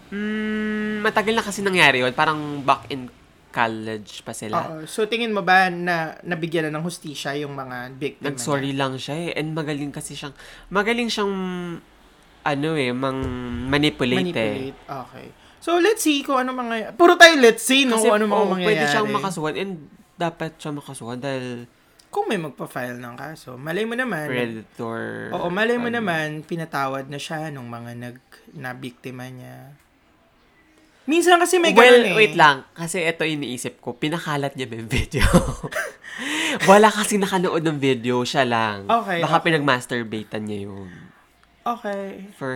B: Mm, matagal na kasi nangyari yun. Parang back in college pa sila.
A: Oo. So, tingin mo ba na nabigyan na ng hustisya yung mga victim?
B: Nag-sorry lang siya eh. And magaling kasi siyang... Magaling siyang ano eh, mang manipulate, eh.
A: Manipulate. Okay. So, let's see kung ano mga... Puro tayo let's see, no? kung ano mga
B: oo,
A: mangyayari.
B: pwede siyang makasuhan and dapat siya makasuhan dahil
A: Kung may magpa-file ng kaso, malay mo naman.
B: predator.
A: Ano? Oo, malay mo
B: ano.
A: naman, pinatawad na siya nung mga nag nabiktima niya. Minsan kasi may
B: well,
A: ganun eh.
B: wait lang. Kasi ito iniisip ko, pinakalat niya ba yung video? Wala kasi nakanood ng video, siya lang.
A: Okay,
B: Baka
A: okay.
B: pinag-masturbatean niya yun.
A: Okay.
B: For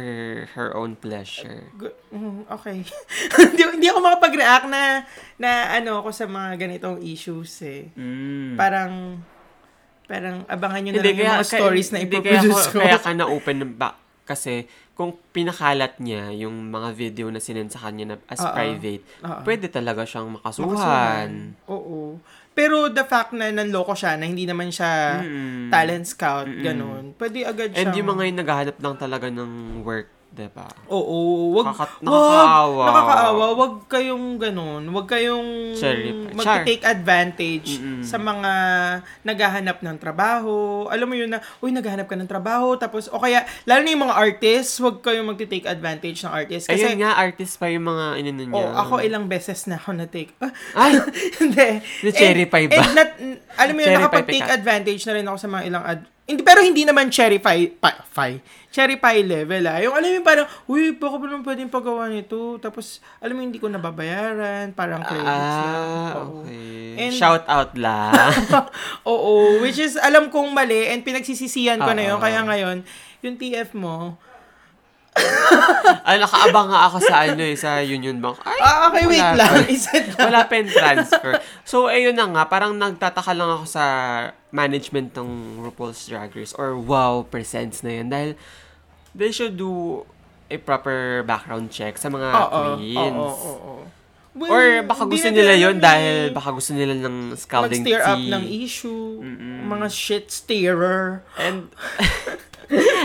B: her own pleasure.
A: Gu- mm, Okay. hindi, hindi ako makapag-react na, na ano ako sa mga ganitong issues eh.
B: Mm.
A: Parang, parang abangan nyo na lang yung mga stories na
B: hindi
A: ipoproduce ko.
B: kaya, ako- Kaya ka na-open ng back. Kasi kung pinakalat niya yung mga video na sinend sa kanya na as
A: Oo.
B: private,
A: Oo.
B: pwede talaga siyang
A: Makasuhan.
B: makasuhan.
A: Oo. Pero the fact na nanloko siya, na hindi naman siya
B: Mm.
A: talent scout,
B: Mm-mm.
A: ganun, pwede agad
B: And
A: siyang...
B: yung mga yung naghahanap lang talaga ng work, diba?
A: Oo, wag,
B: Kakat-
A: nakakaawa.
B: nakakaawa.
A: Wag, nakakaawa. Wag kayong ganun. Wag kayong
B: Cherry-
A: mag-take advantage
B: Mm-mm.
A: sa mga naghahanap ng trabaho. Alam mo yun na, uy, naghahanap ka ng trabaho. Tapos, o kaya, lalo na yung mga artists, wag kayong mag-take advantage ng artists.
B: Ayun
A: Kasi,
B: nga, artist pa yung mga inano niya.
A: oh, ako ilang beses na ako na-take. Ah,
B: Ay!
A: hindi.
B: Na-cherry pie ba?
A: And not, n- alam mo yun,
B: Cherry pie
A: nakapag-take
B: pikat.
A: advantage na rin ako sa mga ilang ad... Hindi, pero hindi naman cherry pie, pie, pie, cherry pie level ah. Yung alam mo yung parang, uy, baka ba naman pwedeng paggawa nito? Tapos, alam mo hindi ko nababayaran, parang credits lang.
B: Ah,
A: Oo.
B: okay.
A: And-
B: Shout out lang.
A: Oo, which is alam kong mali and pinagsisisihan ko na yun.
B: Ah, Oo.
A: Kaya ngayon, yung TF mo,
B: Ay, nakaabang nga ako sa ano eh, sa Union Bank. Ay,
A: ah, okay, wait
B: wala
A: lang.
B: pa.
A: Iset lang.
B: Wala pa yung transfer. So, ayun na nga, parang nagtataka lang ako sa management ng RuPaul's Drag Race or Wow Presents na yun. Dahil they should do a proper background check sa mga
A: Oo,
B: queens.
A: oo, oo, oo. Well,
B: Or baka
A: hindi
B: gusto
A: na
B: nila
A: din
B: yun
A: alam eh.
B: dahil baka gusto nila ng scalding tea.
A: mag-stir up ng E. issue,
B: Mm-mm.
A: mga shit stirrer.
B: And,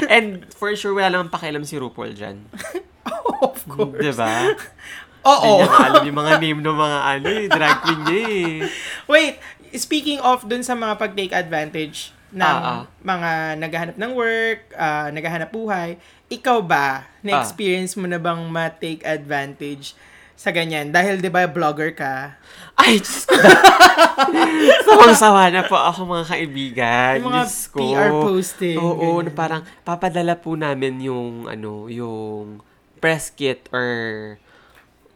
B: and for sure, wala lang pakialam si RuPaul dyan.
A: of course.
B: Diba?
A: Oo.
B: Hindi niya alam yung mga name ng mga ano eh, drag queen niya eh.
A: Wait, speaking of dun sa mga pag-take advantage ng
B: Ah, ah.
A: mga naghahanap ng work, ah, naghahanap buhay, ikaw ba, na-experience mo na bang ma-take advantage sa ganyan? Dahil di ba vlogger ka?
B: Ay, Diyos ko. Sawang-sawa na po ako mga kaibigan.
A: Yung mga
B: Diyos ko.
A: PR posting,
B: Oo,
A: ganyan.
B: na parang papadala po namin yung, ano, yung press kit or,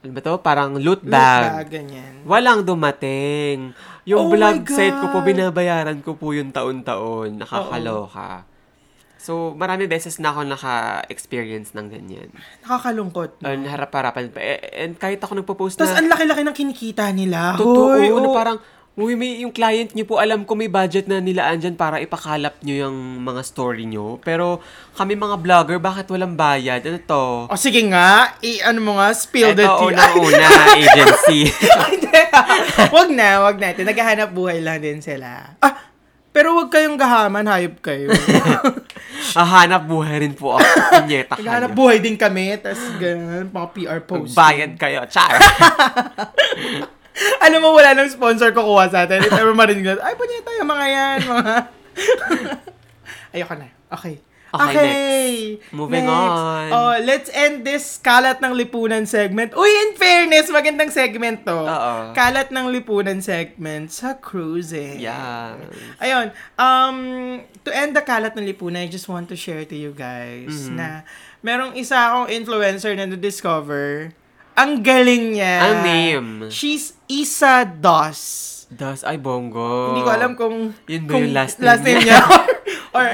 B: ano ba to? Parang loot
A: Look ba,
B: bag.
A: ganyan.
B: Walang dumating.
A: Oh
B: Yung
A: my
B: vlog site ko po,
A: God.
B: binabayaran ko po yung taon-taon. Nakakaloka. So, marami beses na ako naka-experience ng ganyan.
A: Nakakalungkot. No?
B: Ang harap-harapan pa. Eh, And kahit ako nagpo-post
A: Tapos
B: na,
A: ang laki-laki ng kinikita nila.
B: totoo,
A: Hoy, oh.
B: na
A: oo.
B: parang, Uy, may, yung client niyo po, alam ko may budget na nilaan dyan para ipakalap niyo yung mga story niyo. Pero kami mga vlogger, bakit walang bayad? Ano
A: O
B: to?
A: Oh, sige nga, i-ano mo nga, spill the
B: Ito,
A: tea.
B: una-una, agency.
A: Hindi. wag na, wag natin. Naghahanap buhay lang din sila. Ah, pero wag kayong gahaman, hayop kayo.
B: Hahanap buhay rin po ako. Pinyeta kayo.
A: Naghahanap buhay din kami, tas ganun, mga PR post.
B: Bayad kayo. Char!
A: Alam mo, wala nang sponsor kukuha sa atin. If ever marinig natin, ay, punyeta yung mga yan, mga... Ayoko na. Okay.
B: Okay, next. Moving on.
A: Oh, let's end this kalat ng lipunan segment. Uy, in fairness, magandang segment to.
B: Oo.
A: Kalat ng lipunan segment sa cruising.
B: Yeah.
A: Ayun, um, to end the kalat ng lipunan, I just want
B: Mm-hmm.
A: to share to you guys na merong isa akong influencer na na-discover Ang galing niya.
B: Ang name?
A: She's Isa Dos.
B: Das, ay, bongo.
A: Hindi ko alam kung...
B: Oh. Yun ba
A: kung
B: yung last name
A: niya?
B: niya?
A: or,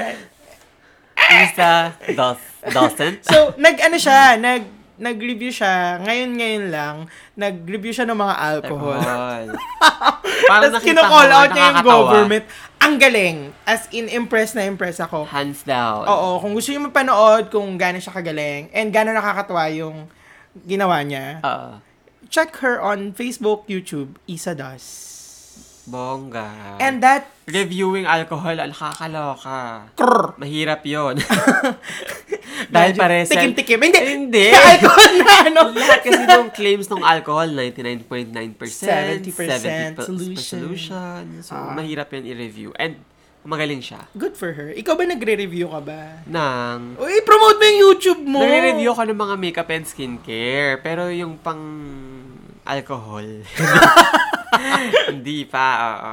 B: Isa, dos, dosen.
A: so, nag-ano siya, nag, nag-review siya, ngayon-ngayon lang, nag-review siya ng mga alcohol.
B: Parang
A: Tapos
B: nakita ko,
A: kinocall out niya yung
B: nakakatawa.
A: government. Ang galing. As in, impressed na impressed ako.
B: Hands down.
A: Oo, kung gusto niyo mapanood kung gano'n siya kagaling and gano'n nakakatawa yung ginawa niya,
B: Ah,
A: check her on Facebook, YouTube, Isa Dos.
B: bongga.
A: And that,
B: reviewing alcohol, al- nakakaloka.
A: krrr,
B: Mahirap yon Dahil pare sa...
A: Tikim-tikim. Hindi,
B: Hindi.
A: alcohol na, ano?
B: Lahat kasi nung claims ng alcohol, 99.9%,
A: 70%
B: 70%
A: solution.
B: solution. So,
A: Ah.
B: mahirap yan i-review. And, magaling siya.
A: Good for her. Ikaw ba nagre-review ka ba?
B: Nang...
A: Uy, promote mo yung YouTube mo!
B: Nare-review ako ng mga makeup and skincare, pero yung pang alcohol. Hindi pa, oo.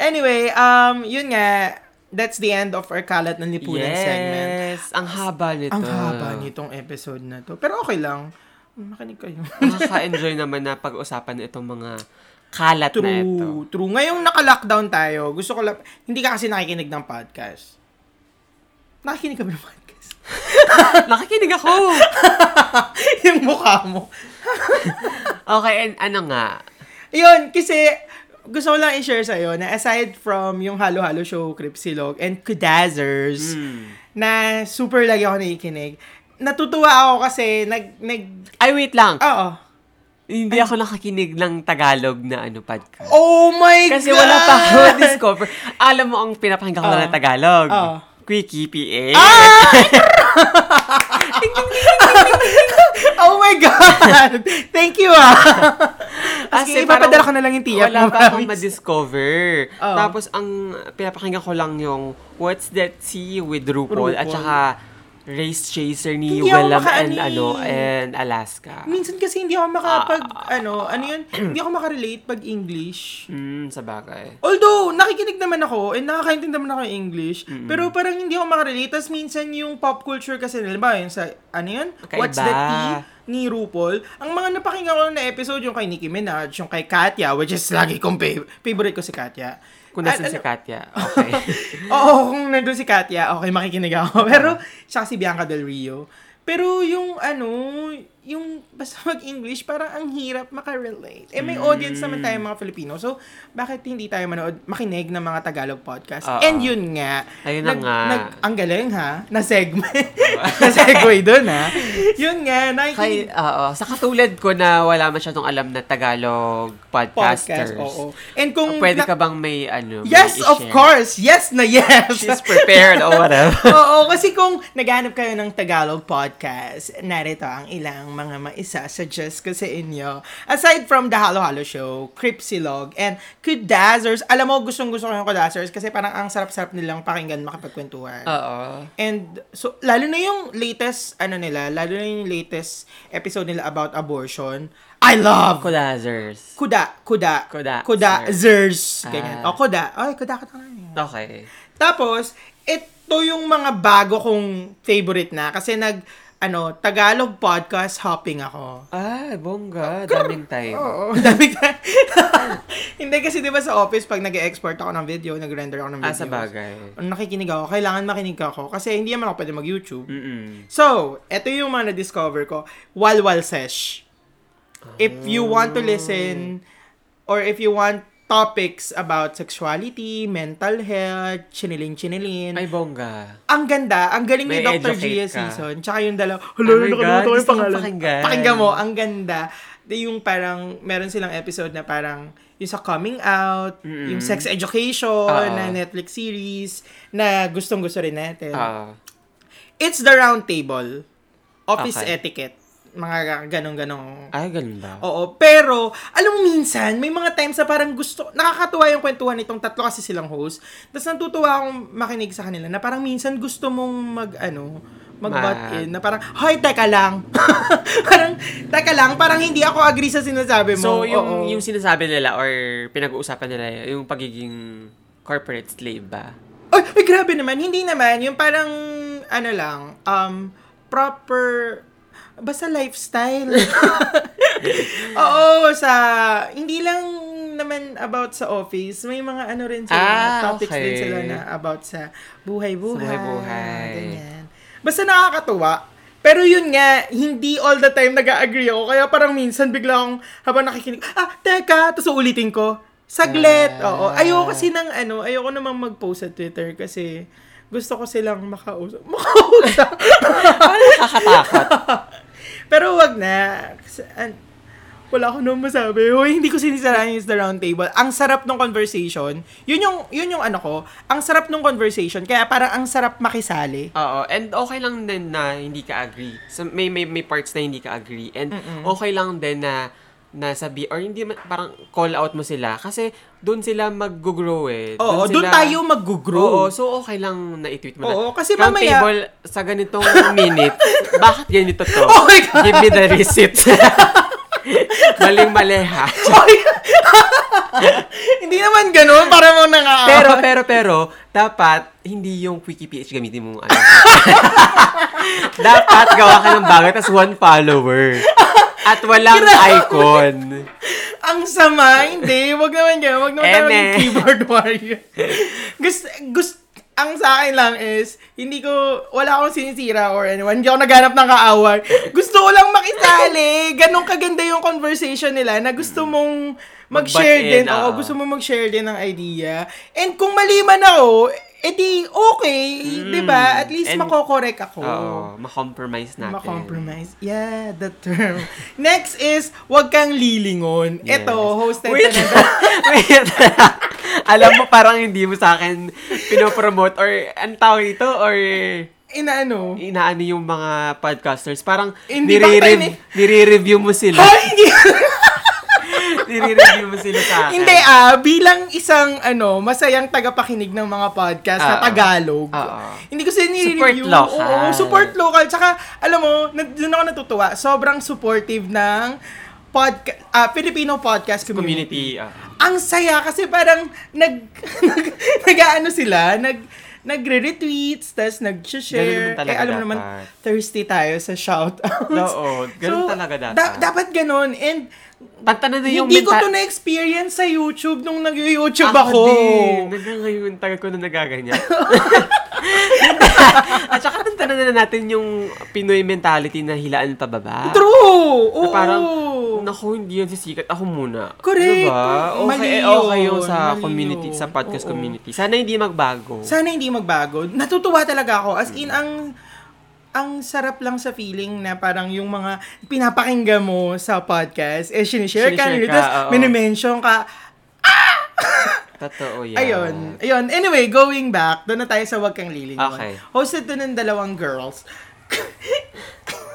A: Anyway, um, yun nga, that's the end of our Kalat ng Lipunan
B: yes,
A: segment.
B: ang haba nito.
A: Ang haba nitong episode na to. Pero okay lang. Makinig kayo.
B: Nakaka-enjoy naman na pag-usapan itong mga kalat na
A: True,
B: ito.
A: true. Ngayong naka-lockdown tayo, gusto ko lang, hindi ka kasi nakikinig ng podcast. Nakikinig kami ng podcast.
B: Nakikinig ako!
A: yung mukha mo.
B: Okay, and ano nga?
A: Yun, kasi gusto ko lang i-share sa'yo na aside from yung Halo-Halo Show, Cripsilog, and Kudazzers,
B: Mm.
A: na super lagi ako nakikinig, natutuwa ako kasi nag, nag,
B: Ay, wait lang.
A: oo.
B: Hindi ako nakakinig ng Tagalog na ano podcast.
A: Oh my God!
B: Kasi wala pa ako discover. Alam mo ang pinapakinggan ko
A: Oo.
B: na Tagalog.
A: Oo.
B: Quickie PA.
A: Ah! Oh my God! Thank you ah! Kasi
B: Kasi
A: ipapadala
B: parang
A: ko na lang yung tiyak
B: Wala
A: mo,
B: pa akong
A: promise.
B: ma-discover.
A: Oo.
B: Tapos, ang pinapakinggan ko lang yung What's That Tea with RuPaul,
A: RuPaul.
B: at saka Race Chaser ni
A: Hindi ako
B: Willem
A: makaani.
B: and, ano, and Alaska.
A: Minsan kasi hindi ako makapag,
B: Ah.
A: ano, ano yun, hindi ako makarelate pag English.
B: Hmm, sa bagay.
A: Although, nakikinig naman ako, and nakakaintindi naman ako ng English, pero parang hindi ako makarelate. Tapos minsan yung pop culture kasi, alam ba, yung sa, ano yun?
B: Kakaiba.
A: What's the tea? ni RuPaul. Ang mga napakinggan ko na episode, yung kay Nicki Minaj, yung kay Katya, which is lagi kong fav- favorite ko si Katya.
B: Kung
A: At
B: nasan si
A: ano-
B: Katya. Okay.
A: Oo, kung nandun si Katya, okay, makikinig ako. Pero, siya si Bianca Del Rio. Pero yung ano, yung basta mag-English, parang ang hirap makarelate. Eh, may audience naman
B: Mm.
A: tayo mga Filipino. So, bakit hindi tayo manood, makinig ng mga Tagalog podcast?
B: Oo.
A: And yun nga.
B: Ayun na nga.
A: ang galing ha, na segment. na segue dun ha. Yun nga,
B: Kay,
A: nakikinig.
B: oo, sa katulad ko na wala masyadong alam na Tagalog podcasters.
A: Podcast, oo. And kung...
B: Oh, Pwede
A: na-
B: ka bang may ano? may
A: Yes, of
B: i-share?
A: course! Yes na yes!
B: She's prepared or whatever.
A: Oo, kasi kung naghanap kayo ng Tagalog podcast, narito ang ilang mga maisa-suggest ko sa inyo. Aside from The Halo Halo Show, Cripsilog, and Kudazzers, alam mo, gustong-gusto ko yung Kudazzers kasi parang ang sarap-sarap nilang pakinggan makipagkwentuhan.
B: Oo.
A: And so, lalo na yung latest, ano nila, lalo na yung latest episode nila about abortion, I love!
B: Kodazers.
A: Kuda, kuda,
B: Kuda,
A: zers. Ganyan.
B: Ah.
A: O, kuda. Ay, kuda ka eh. talaga.
B: Okay.
A: Tapos, ito yung mga bago kong favorite na kasi nag ano, Tagalog podcast hopping ako.
B: Ah, Oh, bongga. Daming time.
A: Oo, dami ka. Hindi kasi 'di ba sa office pag nag-export ako ng video, nag-render ako ng
B: Ah,
A: video.
B: sa bagay.
A: Nakikinig ako, kailangan makinig ako kasi hindi naman ako pwede mag-YouTube.
B: Mm. Mm-mm.
A: So, ito yung mga na-discover ko. Walwal Sesh. If you want to listen or if you want topics about sexuality, mental health, chinilin-chinilin.
B: Ay, bongga.
A: Ang ganda. Ang galing ni
B: May
A: Dr.
B: educate
A: Gia
B: ka.
A: season. Tsaka yung dalawa.
B: Oh
A: Hello,
B: my
A: nakalimutan ko
B: God,
A: yung
B: gusto kong
A: pangalan.
B: pakinggan.
A: Pakinggan mo. Ang ganda. Di Yung parang, meron silang episode na parang yung sa coming out,
B: Mm-mm.
A: yung sex education
B: Oo.
A: na Netflix series na gustong gusto rin natin.
B: Ah.
A: It's the round table. Office
B: Okay.
A: etiquette. Mga ganong-ganong
B: Ay, ganun ba?
A: Oo, pero alam mo minsan, may mga times na parang gusto, nakakatuwa yung kwentuhan nitong tatlo kasi silang host. Tapos natutuwa akong makinig sa kanila na parang minsan gusto mong mag, ano, mag
B: Mag-
A: in na parang, hoy, teka lang. parang, teka lang, parang hindi ako agree sa sinasabi mo.
B: So,
A: Oo.
B: yung, yung sinasabi nila or pinag-uusapan nila, yung pagiging corporate slave ba?
A: Ay, ay, grabe naman. Hindi naman. Yung parang, ano lang, um, proper, basta lifestyle. Oo, sa... Hindi lang naman about sa office. May mga ano rin sila.
B: Ah,
A: topics
B: okay.
A: din sila na about sa buhay-buhay.
B: Sa buhay-buhay.
A: Ganyan. Basta nakakatuwa. Pero yun nga, hindi all the time nag-agree ako. Kaya parang minsan bigla akong habang nakikinig, ah, teka, tapos uulitin ko. Saglit.
B: Ah.
A: Oo. Ayoko kasi ng ano, ayoko namang mag-post sa Twitter kasi gusto ko silang makausap. Makausap.
B: Nakakatakot.
A: Pero wag na. Kasi, an- wala ko nung masabi. Hoy, hindi ko sinisiraan yung the round table. Ang sarap ng conversation. Yun yung, yun yung ano ko. Ang sarap ng conversation. Kaya parang ang sarap makisali.
B: Oo, and okay lang din na hindi ka agree. So, may, may, may parts na hindi ka agree. And okay lang din na nasabi or hindi man- parang call out mo sila kasi doon sila mag-grow eh.
A: Oo, doon
B: sila-
A: tayo mag-grow.
B: Oo, so okay lang na i-tweet mo na.
A: Oo, kasi
B: Round
A: mamaya-
B: table, sa ganitong minute, bakit ganito to?
A: Oh my God!
B: Give me the receipt. Maling-mali ha.
A: hindi naman ganun. Parang mga nangaawa.
B: Pero, pero, pero, dapat, hindi yung quickie PH gamitin mong ano. dapat, gawa ka ng bagay, tas one follower. At walang icon.
A: Ang sama, hindi. Wag naman ganun. Wag naman tayo
B: Eme.
A: maging keyboard warrior. gusto, gusto, ang sa akin lang is, hindi ko, wala akong sinisira or anyone. Hindi ako naghanap ng kaaway. Gusto ko lang makisali. Ganon kaganda yung conversation nila na gusto mong mag-share
B: Mag-butt
A: din.
B: in,
A: Oo,
B: Mm. oo.
A: gusto mo mag-share din ng idea. And kung mali man ako, edi okay. di ba? At least
B: Mm. And-
A: makokorek ako.
B: Oo, makompromise natin.
A: Ma-compromise. Yeah, the term. Next is, wag kang lilingon.
B: Yes.
A: Ito, hosted na
B: Wait. Wait. Alam mo, parang hindi mo sa akin pinopromote or ang tawag ito or
A: Inaano?
B: inaano yung mga podcasters. Parang
A: Hindi
B: nire-rev-
A: ba tayo ni-
B: nire-review mo sila.
A: Ay, hindi.
B: nire-review mo sila sa akin.
A: hindi ah, bilang isang ano, masayang tagapakinig ng mga podcast na
B: Oo.
A: Tagalog.
B: Oo.
A: Hindi ko sila nire-review.
B: ah. Support local.
A: Oo, support local. Tsaka, alam mo, na, doon ako natutuwa. Sobrang supportive ng podca- ah, Filipino podcast community.
B: Community. ah.
A: ang saya kasi parang nag nag nag-aano sila, nag nagre-retweets, tapos nag-share.
B: Ganun
A: eh,
B: talaga
A: alam mo naman,
B: dapat.
A: thirsty tayo sa shoutouts.
B: Oo, ganun talaga dapat.
A: da- dapat ganun. And
B: Pantanan na yung
A: hindi ko to
B: menta-
A: na-experience sa YouTube nung nag-YouTube
B: Ako
A: ako.
B: din. Hanggang ngayon, tagal ko na nagaganyan. At saka tantanan na natin yung Pinoy mentality na hilaan pababa.
A: True!
B: Na
A: Oo.
B: parang, naku, hindi yan sisikat. Ako muna.
A: Correct.
B: Diba? Okay,
A: Mali
B: eh, okay
A: yun.
B: yung sa
A: Mali
B: community,
A: yun.
B: sa podcast
A: Oo.
B: community. Sana hindi magbago.
A: Sana hindi magbago. Natutuwa talaga ako. As in, ang ang sarap lang sa feeling na parang yung mga pinapakinggan mo sa podcast, eh, sinishare ka,
B: Sinishare
A: nila,
B: ka,
A: tapos
B: oo.
A: minimension ka.
B: Totoo yan.
A: Ayun. Ayun. Anyway, going back, doon na tayo sa Wag Kang Lilingon.
B: Okay.
A: Hosted to ng dalawang girls.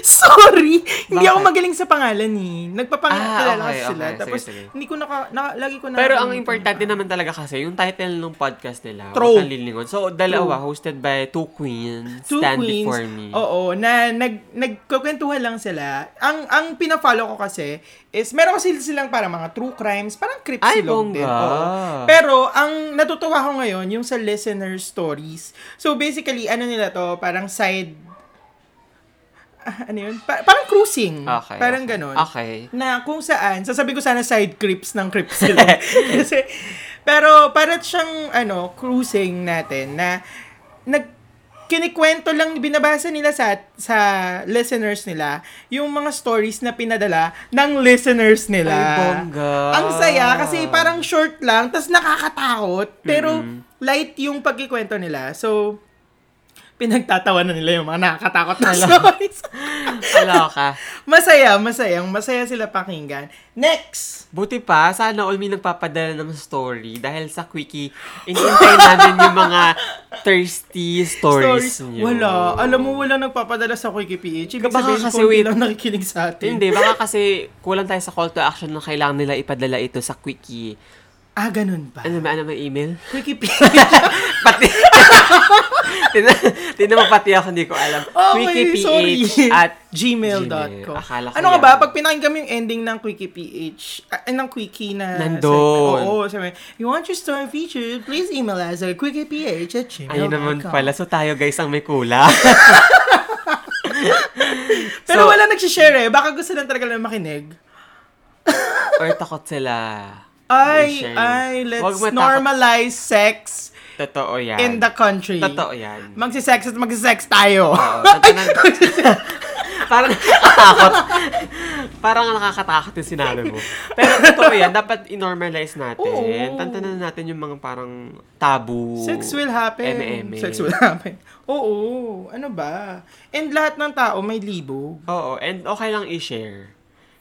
A: Sorry! Hindi ako
B: Bakit?
A: magaling sa pangalan eh. Nagpapangalan
B: Ah, okay,
A: sila.
B: okay. Sige,
A: Tapos,
B: sige.
A: hindi ko naka, naka- lagi ko na...
B: Pero ang importante naman talaga kasi, yung title ng podcast nila,
A: True.
B: Huwag Kang Lilingon. So, dalawa, hosted by two queens,
A: two
B: Stand
A: queens.
B: Before Me.
A: Oo, na nag nagkukwentuhan lang sila. Ang ang pina-follow ko kasi is meron kasi silang para mga true crimes, parang creepy
B: Ay,
A: silog din.
B: bongga.
A: Oo. Pero ang natutuwa ko ngayon yung sa listener stories. So basically, ano nila to, parang side ah, ano yun? Pa- parang cruising.
B: Okay.
A: parang
B: okay.
A: ganun
B: Okay.
A: na kung saan, sasabi ko sana side creeps ng creeps sila. Kasi, pero parang siyang, ano, cruising natin na nag, kinikwento lang, binabasa nila sa, sa listeners nila yung mga stories na pinadala ng listeners nila.
B: Ay, bongga.
A: Ang saya kasi parang short lang, tas nakakatakot, pero light yung pagkikwento nila. So, pinagtatawanan nila yung mga nakakatakot na stories.
B: Kaloka.
A: Masaya, masayang, masaya sila pakinggan. Next!
B: Buti pa, sana all may nagpapadala ng story dahil sa quickie, inintay namin yung mga thirsty stories, niyo.
A: Wala. Ano? Alam mo, wala nagpapadala sa Quickie PH. Ibig
B: Baka
A: sabihin,
B: kasi
A: konti
B: wait.
A: lang nakikinig sa atin.
B: Hindi, baka kasi kulang tayo sa call to action na kailangan nila ipadala ito sa quickie.
A: Ah, ganun ba?
B: Ano ba, ano ba email?
A: Quickie PH.
B: Pati... Tina- Tinan mo pati ako, hindi ko alam.
A: Oh,
B: Quickie
A: my, sorry.
B: PH at
A: gmail.com.
B: Gmail. Akala ko
A: Ano ka
B: yan.
A: ba? Pag pinakinggan mo yung ending ng Quickie PH, ah, ay, ng Quickie na...
B: Nandun.
A: segment, Oo, sabi, you want your story featured, please email us Oh at quickieph at gmail.com.
B: Ayun naman pala. So tayo guys ang may kulang.
A: Pero
B: So-
A: wala nagsishare eh. Baka gusto lang talaga lang makinig.
B: Or takot sila.
A: Ay,
B: Share.
A: ay,
B: Huwag
A: let's
B: matakot.
A: normalize sex
B: Totoo yan.
A: in the country.
B: Totoo yan.
A: Magsisex at magsisex tayo.
B: Oo, tatanan- parang nakakatakot. parang nakakatakot yung sinabi mo. Pero totoo yan, dapat i-normalize natin.
A: Oo.
B: Tantanan natin yung mga parang tabu.
A: Sex will happen.
B: Eme-eme.
A: Sex will happen. Oo, ano ba? And lahat ng tao may libo.
B: Oo, and okay lang i-share.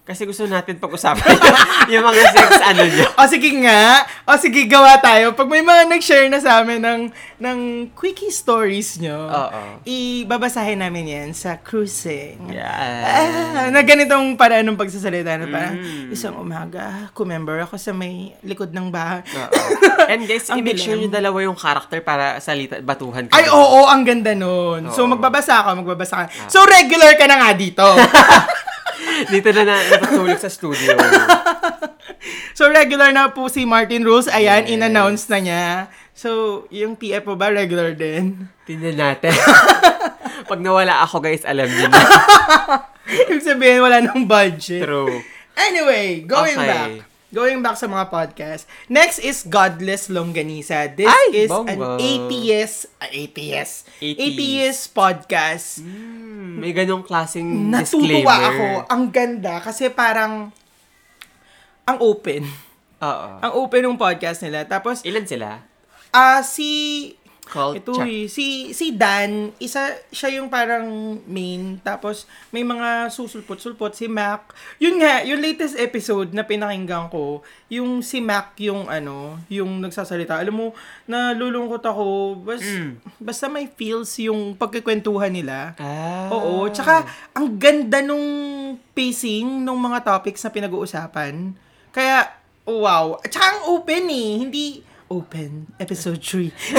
B: Kasi gusto natin pag-usapan yung mga sex ano nyo.
A: O sige nga, o sige gawa tayo. Pag may mga nag-share na sa amin ng, ng quickie stories nyo,
B: Oo.
A: ibabasahin namin yan sa cruising.
B: Yeah.
A: Ah, na ganitong paraan ng pagsasalita na parang
B: Mm.
A: isang umaga, kumember ako sa may likod ng bahay.
B: Oo. And guys,
A: Ang
B: i-make sure
A: bilang.
B: yung dalawa yung character para salita, batuhan ka.
A: Ay, oo, ang ganda nun. So,
B: Oo. Ah.
A: magbabasa ka, magbabasa ka. So, regular ka na nga dito.
B: Dito na na natutulog sa studio.
A: so, regular na po si Martin Rules. Ayan,
B: Yes.
A: in-announce na niya. So, yung PF po ba, regular din?
B: Tingnan natin. Pag nawala ako guys, alam niyo na.
A: Ibig sabihin, wala nang budget.
B: True.
A: Anyway, going
B: Okay.
A: back. Going back sa mga podcast. Next is Godless Longganisa. This is
B: Ay,
A: an
B: bongga.
A: atheist, uh, atheist,
B: Atheist.
A: atheist podcast.
B: Hmm, May ganong klaseng
A: Natutuwa
B: disclaimer.
A: ako. Ang ganda kasi parang ang open.
B: Oo.
A: Ang open ng podcast nila. Tapos
B: Ilan sila?
A: ah si
B: Called
A: ito eh, si si Dan, isa siya yung parang main tapos may mga susulpot-sulpot si Mac. Yun nga, yung latest episode na pinakinggan ko, yung si Mac yung ano, yung nagsasalita. Alam mo, nalulungkot ako. Bas, Basta may feels yung pagkikwentuhan nila.
B: Ah.
A: Oo, tsaka ang ganda nung pacing nung mga topics na pinag-uusapan. Kaya, wow. Tsaka ang open eh, hindi open, episode 3.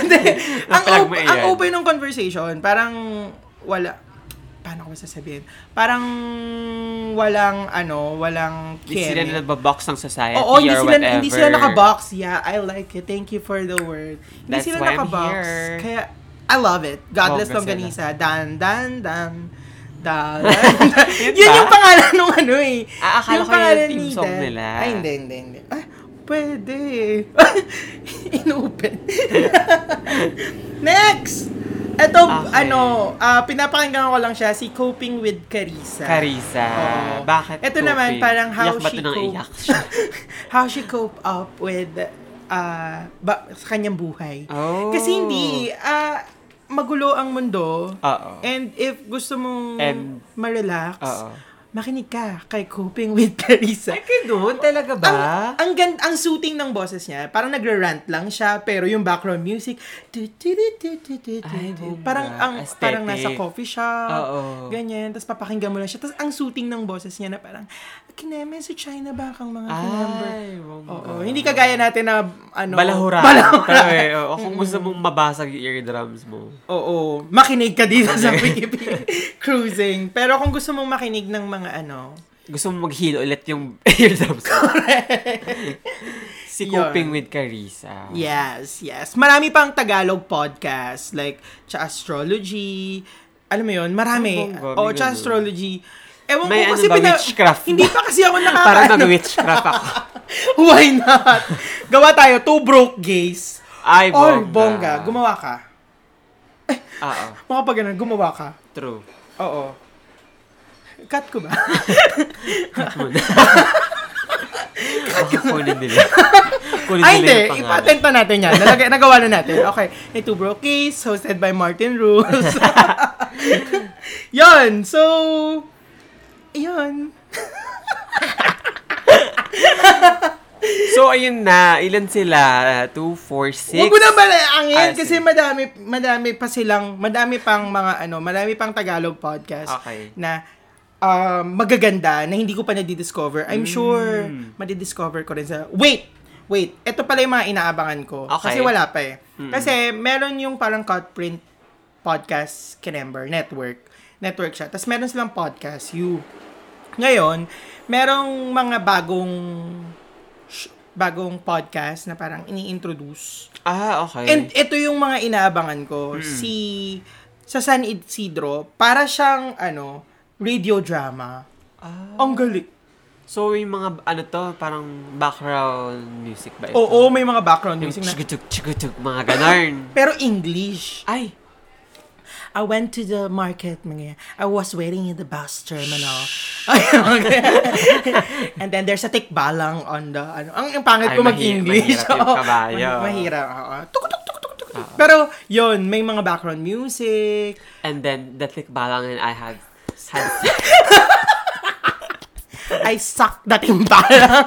A: Hindi, ang,
B: Naplag mo
A: op-
B: yan.
A: ang open ng conversation, parang wala, paano ko ba sasabihin? Parang walang, ano, walang
B: Hindi sila
A: keme.
B: nababox ng society
A: Oo, hindi
B: or
A: sila,
B: whatever.
A: hindi sila nakabox. Yeah, I like it. Thank you for the word. Hindi
B: That's
A: sila
B: why I'm
A: nakabox.
B: here.
A: Kaya, I love it. Godless
B: Bongga
A: Longganisa. Dan, dan, dan. Dan, dan. Yun
B: ba?
A: yung pangalan ng ano eh.
B: Ah, akala ko yun yung theme song
A: Dan.
B: nila.
A: Ay, hindi, hindi, hindi. Ah, pwede. Inopen. Next! Ito,
B: Okay.
A: ano, ah, pinapakinggan ko lang siya, si Coping with Carissa.
B: Karisa.
A: Oo.
B: Bakit?
A: Ito naman,
B: coping?
A: parang how
B: iyak ba
A: she
B: ito ng
A: cope-
B: iyak siya?
A: how she cope up with uh, ba, sa kanyang buhay.
B: Oh.
A: Kasi hindi, ah, magulo ang mundo.
B: Oo.
A: And if gusto mong
B: And-
A: ma-relax,
B: Oo.
A: makinig ka kay Coping with Carissa.
B: Ay, ganun? Talaga ba?
A: Ang, ang, gan- ang suiting ng boses niya, parang nagre-rant lang siya, pero yung background music, tu- tu- tu- tu- tu- tu- tu-
B: Ay,
A: tu.
B: bongga.
A: parang, ang,
B: Aesthetic.
A: parang nasa coffee shop,
B: Oo.
A: ganyan, tapos papakinggan mo lang siya. Tapos ang suiting ng boses niya na parang, kineme sa China ba kang mga kinamber?
B: Ay, Diba? wag
A: Oo,
B: ba?
A: hindi kagaya natin na, ano,
B: Balahura.
A: balahura.
B: Pero eh, oo, kung gusto mong mabasag yung eardrums mo.
A: Oo, makinig ka dito sa Wikipedia Cruising. Pero kung gusto mong makinig ng mga ano,
B: Gusto mong mag-heal ulit yung eardrums mo. si
A: Yun.
B: Coping with Carissa.
A: Yes, yes. Marami pang Tagalog podcast like Cha Astrology. Alam mo 'yun, marami.
B: Ay, bongga,
A: oh,
B: may
A: Cha
B: ganun.
A: Astrology. Ewan
B: May
A: ko
B: ano
A: kasi
B: ba,
A: pina-
B: witchcraft ba?
A: Hindi pa kasi ako nakaka
B: Parang nag-witchcraft ako.
A: Why not? Gawa tayo two broke gays.
B: Ay,
A: Or
B: bongga.
A: bongga, gumawa ka.
B: Oo,
A: Mga pag ganun, gumawa ka.
B: true.
A: Oo. Cut ko ba?
B: Baka kunin nila. Kunin
A: Ay,
B: nila
A: hindi.
B: yung pangalan.
A: Ipatent pa natin yan. Nalagay, nagawa na natin. Okay. Hey, Two Bro Case, hosted by Martin Rules. yon So, yon
B: So, ayun na. Ilan sila? Uh, 2, 4, 6.
A: Huwag mo na malaangin
B: Ah,
A: kasi
B: sige.
A: madami, madami pa silang, madami pang mga ano, madami pang Tagalog podcast
B: Okay.
A: na um, magaganda na hindi ko pa nadidiscover. I'm
B: Hmm.
A: sure madidiscover ko rin sa... Wait! Wait! Ito pala yung mga inaabangan ko.
B: Okay. Hmm.
A: Kasi wala pa eh. Kasi meron yung parang cut print podcast kinember, network. Network siya. Tapos meron silang podcast, you. Ngayon, merong mga bagong sh- bagong podcast na parang ini-introduce.
B: Ah, okay. Hmm.
A: And ito yung mga inaabangan ko. Si sa San Isidro, para siyang, ano, radio drama.
B: Ah.
A: Ang galing.
B: So, yung mga, ano to, parang background music ba ito?
A: Oo, may mga background
B: Yung
A: music na.
B: chigutug, chigutug, mga ganarn.
A: Pero English.
B: Ay!
A: I went to the market, mga yan. I was waiting in the bus terminal. And then there's a tikbalang on the, ano, ang, ang pangit
B: Ay,
A: ko
B: mahi-
A: mag-English.
B: mahirap yung
A: Oo.
B: kabayo.
A: Ma- Mahirap, oo. Tuk, tuk, tuk, tuk, tuk. Pero, yun, may mga background music.
B: And then, the thick balang and I had, had
A: I suck the timbala.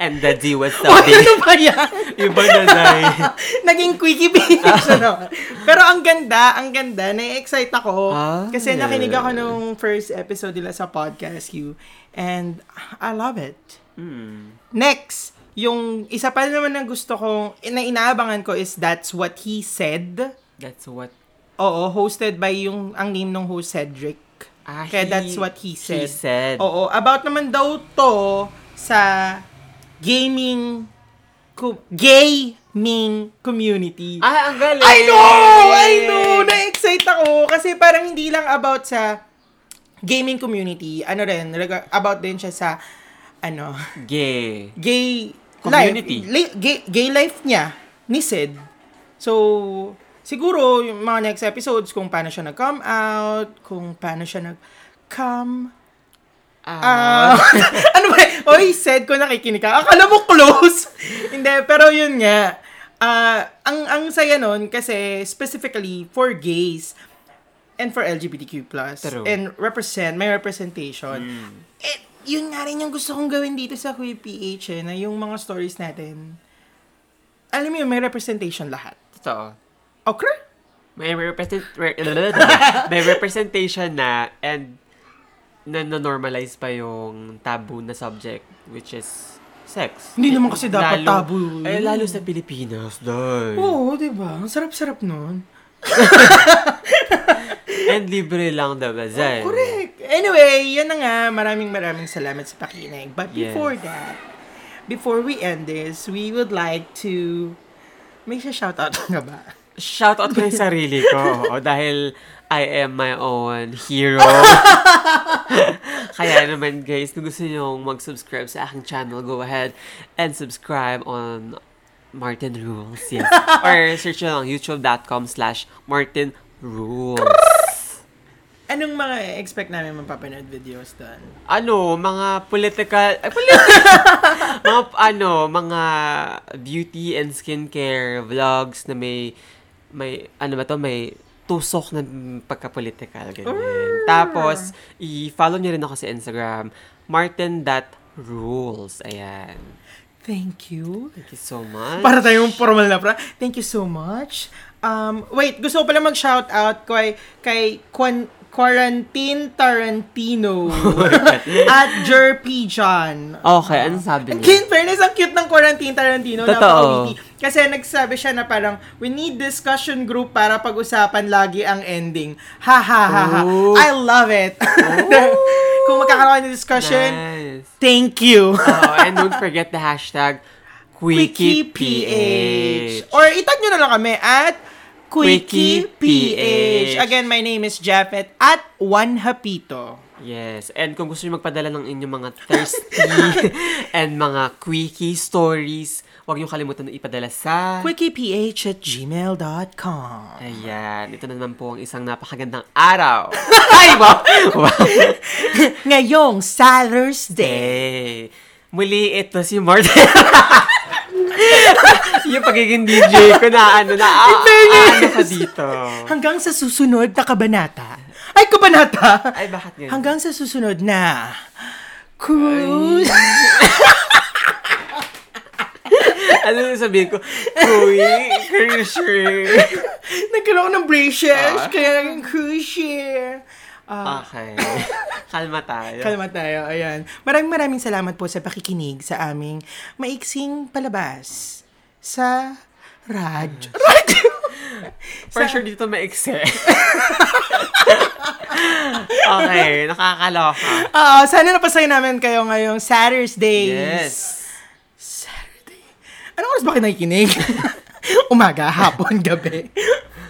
B: and the D was
A: ano
B: something.
A: ba yan?
B: Ibang na
A: Naging quickie bitch.
B: Ah.
A: ano. Pero ang ganda, ang ganda. Na-excite ako.
B: Ah.
A: kasi nakinig ako nung first episode nila sa podcast, you. And I love it.
B: Hmm.
A: Next, yung isa pa naman na gusto kong, na inaabangan ko is That's What He Said.
B: That's what,
A: Oo, hosted by yung, ang name ng host, Cedric.
B: ah,
A: Kaya
B: he-
A: that's what he said. Oh.
B: He said.
A: Oo, about naman daw to sa gaming, co- gaming community.
B: Ah, ang galing!
A: I know! I know! Na-excite ako kasi parang hindi lang about sa gaming community. Ano rin, rega- about din siya sa ano,
B: Gay.
A: gay
B: Community.
A: life. li- gay, gay life niya ni Sid. So, siguro yung mga next episodes kung paano siya nag-come out, kung paano siya nag-come
B: Ah.
A: ano ba? Oy, said ko nakikinig ka. Akala mo close. Hindi, pero yun nga. Ah, ang ang saya nun kasi specifically for gays and for LGBTQ+.
B: True. Hmm.
A: And represent, may representation. Eh, yun nga rin yung gusto kong gawin dito sa Queer PH eh, na yung mga stories natin. Alam mo yun, may representation lahat.
B: Totoo.
A: Okay?
B: May, represent, re- may representation na and na normalize pa yung taboo na subject which is sex.
A: Hindi naman kasi dapat Oh.
B: Lalo-
A: tabu yun.
B: Eh, lalo sa Pilipinas, dahil.
A: Oo, di ba? Ang sarap-sarap nun.
B: And libre lang daw, dahil.
A: Oh, Correct. Anyway, yan na nga. Maraming maraming salamat sa pakinig. But
B: Yes.
A: before that, before we end this, we would like to... May siya shoutout nga ba?
B: Shoutout ko yung sarili ko. o, dahil I am my own hero. Kaya naman guys, kung gusto nyo mag-subscribe sa aking channel, go ahead and subscribe on Martin Rules. Yes. Or search nyo lang youtube.com slash Martin Rules.
A: Anong mga expect namin mapapanood videos doon?
B: ano, mga political, ay, political, mga, ano, mga beauty and skincare vlogs na may, may, ano ba to, may tusok na pagka-political, ganyan.
A: Ah.
B: Tapos, i-follow niyo rin ako sa Instagram, martin.rules, ayan.
A: Thank you.
B: Thank you so much.
A: Para tayong formal na pra. Thank you so much. Um, wait, gusto ko pala mag-shoutout kay, kay Quan- Quarantine Tarantino
B: Oh
A: at Jerpy John.
B: okay, ano sabi
A: Ang in
B: niya?
A: fairness, ang cute ng Quarantine Tarantino.
B: Totoo.
A: Napaka-witty. Kasi nagsabi siya na parang, we need discussion group para pag-usapan lagi ang ending. Ha ha ha ha.
B: Oh.
A: I love it. Kung magkakaroon ng discussion,
B: Nice.
A: thank you.
B: Oh, and don't forget the hashtag QuickiePH.
A: Or itag nyo na lang kami at QuickiePH.
B: QuickiePH.
A: Again, my name is Japet at Juan Hapito.
B: Yes. And kung gusto nyo magpadala ng inyong mga thirsty and mga quickie stories, huwag nyo kalimutan na ipadala sa...
A: QuickiePH at gmail.com.
B: Ayan. Ito na naman po ang isang napakagandang araw. Ay, wow! wow.
A: Ngayong Saturday.
B: Hey. Muli, ito si Martin. yung pagiging DJ ko na ano na ah, ah, ano ka dito.
A: Hanggang sa susunod na kabanata. Ay, kabanata!
B: Ay, bakit ganyan?
A: Hanggang sa susunod na... Cruise!
B: Ano yung sabihin ko? Kuwi, Krisher.
A: Nagkaroon ako ng
B: Ah.
A: braces, kaya naging cruise year. Ah,
B: Okay. Kalma tayo.
A: Kalma tayo, ayan. Maraming maraming salamat po sa pakikinig sa aming maiksing palabas sa radyo. Radyo!
B: For sure dito may excel. okay, nakakaloka.
A: Ah, sana napasaya namin kayo ngayong Saturdays.
B: Yes.
A: Saturday. Anong oras ba kayo nakikinig? Umaga, hapon, gabi.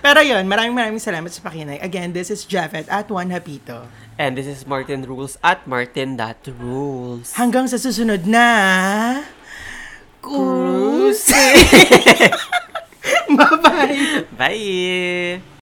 A: Pero yun, maraming maraming salamat sa pakinay. Again, this is Javet at Juan Hapito.
B: And this is Martin Rules at martin.rules.
A: Hanggang sa susunod na... Cruise! Bye-bye!
B: Bye!